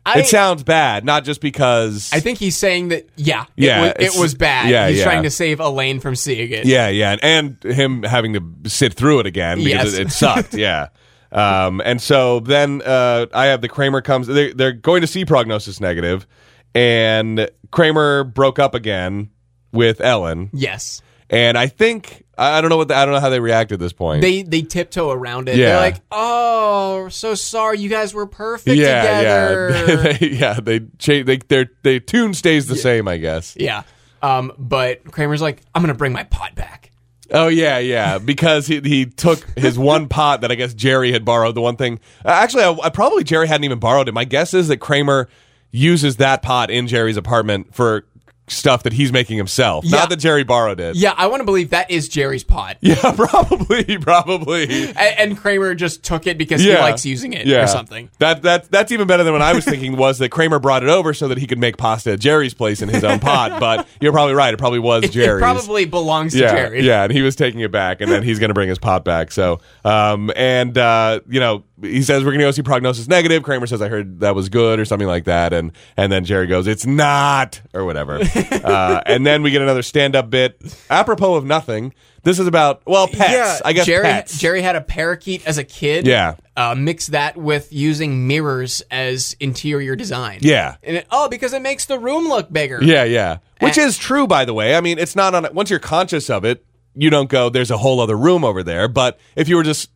I,
it sounds bad, not just because.
I think he's saying that. Yeah,
Yeah,
it, was,
it's-
it was bad.
yeah,
he's
yeah.
trying to save Elaine from seeing it.
yeah, yeah, and, and him having to sit through it again because
Yes.
it, it sucked. yeah. Um, and so then uh, I have the Kramer comes. They're, they're going to see prognosis negative, and Kramer broke up again with Ellen,
Yes.
and I think I I don't know what the, I don't know how they react at this point.
They they tiptoe around it.
Yeah.
They're like, "Oh, we're so sorry. You guys were perfect
yeah,
together."
yeah, they, yeah. They cha- they their their tune stays the same, I guess.
yeah. Um, but Kramer's like, "I'm gonna bring my pot back."
Oh yeah, yeah. Because he he took his one pot that I guess Jerry had borrowed. The one thing, uh, actually, I, I probably Jerry hadn't even borrowed it. My guess is that Kramer uses that pot in Jerry's apartment for stuff that he's making himself.
Yeah.
Not that Jerry borrowed it.
Yeah, I want to believe that is Jerry's pot,
Yeah, probably, probably.
A- and Kramer just took it because he
Yeah.
likes using it
Yeah.
or something.
That that that's even better than what I was thinking was that Kramer brought it over so that he could make pasta at Jerry's place in his own pot. But you're probably right. It probably was Jerry's.
It probably belongs to
yeah,
Jerry.
Yeah, and he was taking it back, and then he's going to bring his pot back. So, um, and uh, you know, he says we're going to go see prognosis negative. Kramer says I heard that was good or something like that, and and then Jerry goes it's not or whatever, uh, and then we get another stand up bit apropos of nothing. This is about well pets, I guess
Jerry
pets.
Jerry had a parakeet as a kid.
Yeah.
Uh, mix that with using mirrors as interior design.
yeah.
And it, oh, because it makes the room look bigger.
Yeah, yeah. Which
Eh.
is true, by the way. I mean, it's not on. Once you're conscious of it, you don't go. There's a whole other room over there. But if you were just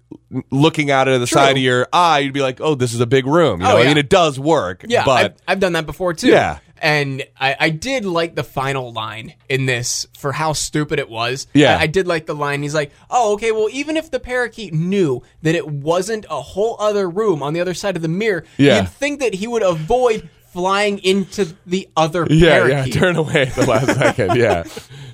looking out of the side of your eye, you'd be like, "Oh, this is a big room." You
Oh,
know, I
yeah.
mean, it does work.
Yeah,
but
I've, I've done that before too.
Yeah.
And I, I did like the final line in this for how stupid it was.
Yeah.
I, I did like the line. He's like, oh, okay, well, even if the parakeet knew that it wasn't a whole other room on the other side of the mirror,
Yeah.
you'd think that he would avoid flying into the other
yeah, yeah.
parakeet.
Turn away at the last second. Yeah,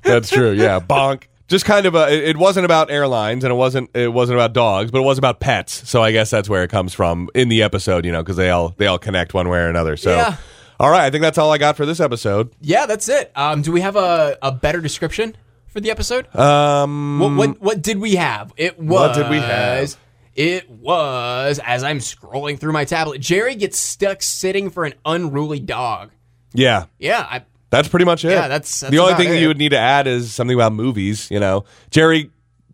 that's true. Yeah, bonk. Just kind of a. It it wasn't about airlines, and it wasn't. It wasn't about dogs, but it was about pets. So I guess that's where it comes from in the episode. You know, because they all they all connect one way or another. So.
Yeah.
All right, I think that's all I got for this episode.
Yeah, that's it. Um, do we have a, a better description for the episode?
Um,
what, what what did we have? It
What
was
did we have?
It was as I'm scrolling through my tablet. Jerry gets stuck sitting for an unruly dog.
yeah,
Yeah, I,
That's pretty much it.
Yeah, that's- that's
the only
about
thing that
it.
you would need to add is something about movies. You know, Jerry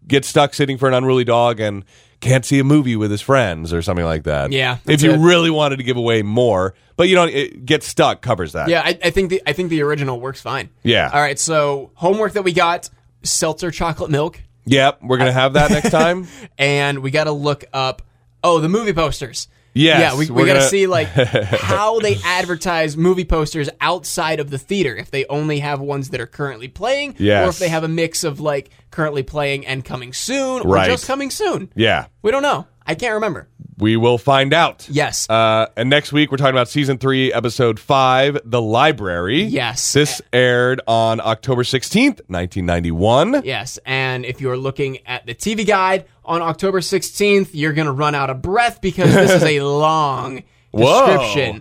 gets stuck sitting for an unruly dog and can't see a movie with his friends or something like that.
Yeah,
if
that's
you
it.
really wanted to give away more, but you don't it, get stuck covers that.
yeah. I, I think the I think the original works fine.
Yeah.
All right. So homework that we got: seltzer chocolate milk,
yep. We're gonna have that next time.
and we got to look up. Oh, the movie posters.
Yes,
yeah, we, we
we're
got to
gonna-
see like how they advertise movie posters outside of the theater. If they only have ones that are currently playing, or
Yes.
if they have a mix of like currently playing and coming soon,
Right.
or just coming soon.
yeah,
We don't know. I can't remember.
we will find out.
Yes.
Uh, and next week we're talking about season three, episode five, "The Library."
Yes.
This aired on October sixteenth, nineteen ninety-one.
Yes, and if you're looking at the TV guide on October 16th, you're going to run out of breath because this is a long
Whoa.
description.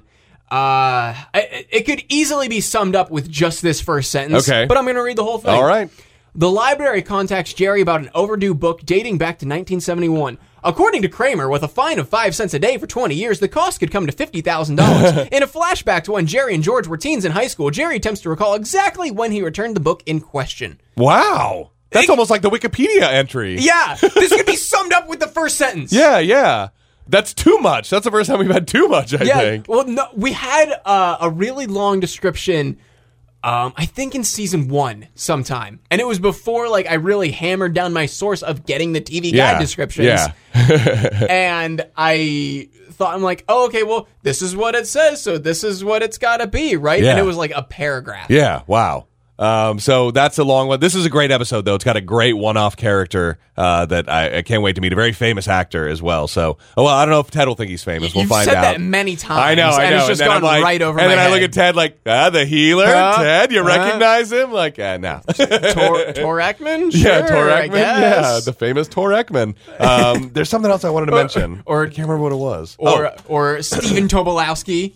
Uh, I- it could easily be summed up with just this first sentence.
Okay.
But I'm going to read the whole thing.
All right.
The library contacts Jerry about an overdue book dating back to 1971. According to Kramer, with a fine of 5 cents a day for 20 years, the cost could come to $50,000. in a flashback to when Jerry and George were teens in high school, Jerry attempts to recall exactly when he returned the book in question.
Wow. That's almost like the Wikipedia entry.
Yeah, this could be summed up with the first sentence.
Yeah, yeah. That's too much. That's the first time we've had too much, I
Yeah,
think.
Well, no, we had uh, a really long description. Um, I think in season one, sometime, and it was before like I really hammered down my source of getting the TV
Yeah,
guide descriptions.
yeah.
and I thought I'm like, oh, okay, well, this is what it says, so this is what it's got to be, right?
Yeah.
And it was like a paragraph.
Yeah, wow. Um, so that's a long one. This is a great episode, though. It's got a great one-off character uh, that I, I can't wait to meet. A very famous actor as well. So, oh, well, I don't know if Ted will think he's famous. We'll
You've
find
said
out.
that many times.
I know, I
and
know.
It's just
and then
gone
I'm like-
right over
And
my
then I
head.
look at Ted like, ah, the healer,
Huh?
Ted. You
Huh?
recognize him? Like, ah, no.
Tor, Tor Ekman. Sure,
yeah, Tor
I
Ekman. Yeah,
guess.
the famous Tor Ekman. Um, there's something else I wanted to mention, Oh,
or-
I can't remember what it was.
or or Stephen Tobolowski.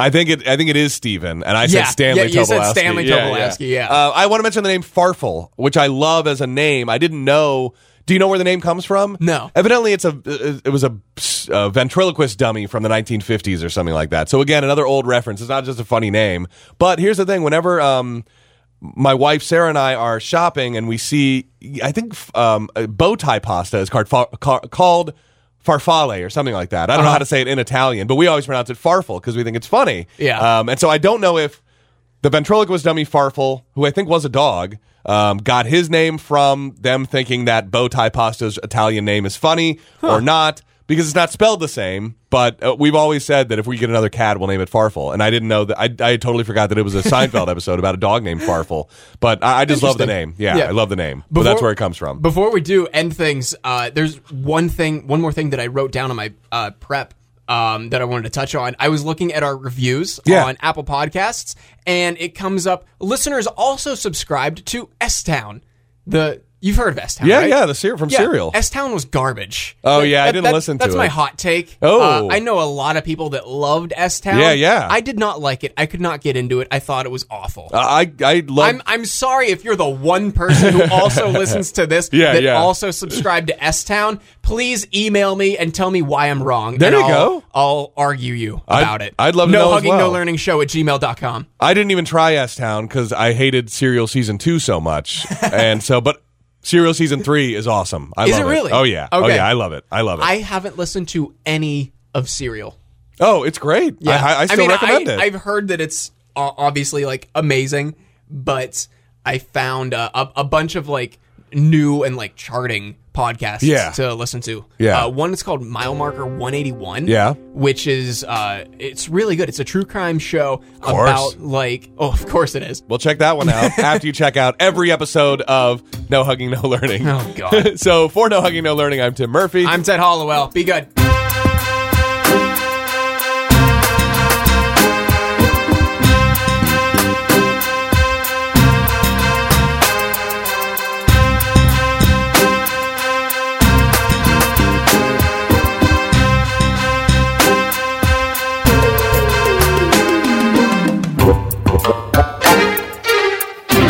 I think it. I think it is Steven, and I said
Yeah,
Stanley.
yeah, you said
Tobolowsky.
Stanley Tobolowsky, yeah.
Uh, I want to mention the name Farfel, which I love as a name. I didn't know. Do you know where the name comes from?
No.
Evidently, it's a. It was a, uh ventriloquist dummy from the 1950s or something like that. So again, another old reference. It's not just a funny name. But here's the thing: whenever um, my wife Sarah and I are shopping, and we see, I think um, a bow tie pasta is called fa- ca- called farfalle or something like that. I don't know how to say it in Italian, but we always pronounce it farfel because we think it's funny. Uh,
Yeah.
Um, and so I don't know if the ventriloquist dummy Farfel, who I think was a dog, um, got his name from them thinking that Bowtie Pasta's Italian name is funny or not because it's not spelled the same. But uh, we've always said that if we get another cat, we'll name it Farfel. And I didn't know that. I, I totally forgot that it was a Seinfeld episode about a dog named Farfel. But I, I just love the
Interesting.
name. Yeah,
Yeah.
I love the name. but that's where it comes from.
Before we do end things, uh, there's one thing, one more thing that I wrote down on my uh, prep um, that I wanted to touch on. I was looking at our reviews
Yeah.
on Apple Podcasts, and it comes up. Listeners also subscribed to S Town. The you've heard of S Town,
yeah,
right?
yeah, the ser- from Serial.
S Town was garbage.
Oh, yeah, I didn't
that's-
listen to
That's my
it.
hot take.
Oh.
Uh, I know a lot of people that loved S Town.
Yeah, yeah.
I did not like it. I could not get into it. I thought it was awful.
I I love.
I'm I'm sorry if you're the one person who also listens to this
Yeah,
that
yeah.
also subscribed to S Town. Please email me and tell me why I'm wrong.
There
and
you
I'll,
go.
I'll argue you
I'd-
about it.
I'd love to
no
know as
hugging,
well.
no learning show at gmail.com.
I didn't even try S Town because I hated Serial season two so much, and so but Serial season three is awesome. I
Is
love
it really?
Oh yeah. Oh
Okay.
yeah. I love it. I love it.
I haven't listened to any of Serial.
oh, it's great.
Yeah.
I, I still
mean,
recommend
I,
it.
I've heard that it's o- obviously like amazing, but I found uh, a, a bunch of like new and like charting podcasts
Yeah.
to listen to.
Yeah.
Uh, one that's called Mile Marker 181.
Yeah.
Which is, uh, it's really good. It's a true crime show
course.
about like, oh, of course it is.
Well, check that one out after you check out every episode of No Hugging, No Learning.
Oh, God.
so for No Hugging, No Learning, I'm Tim Murphy.
I'm Ted Hollowell. Be good.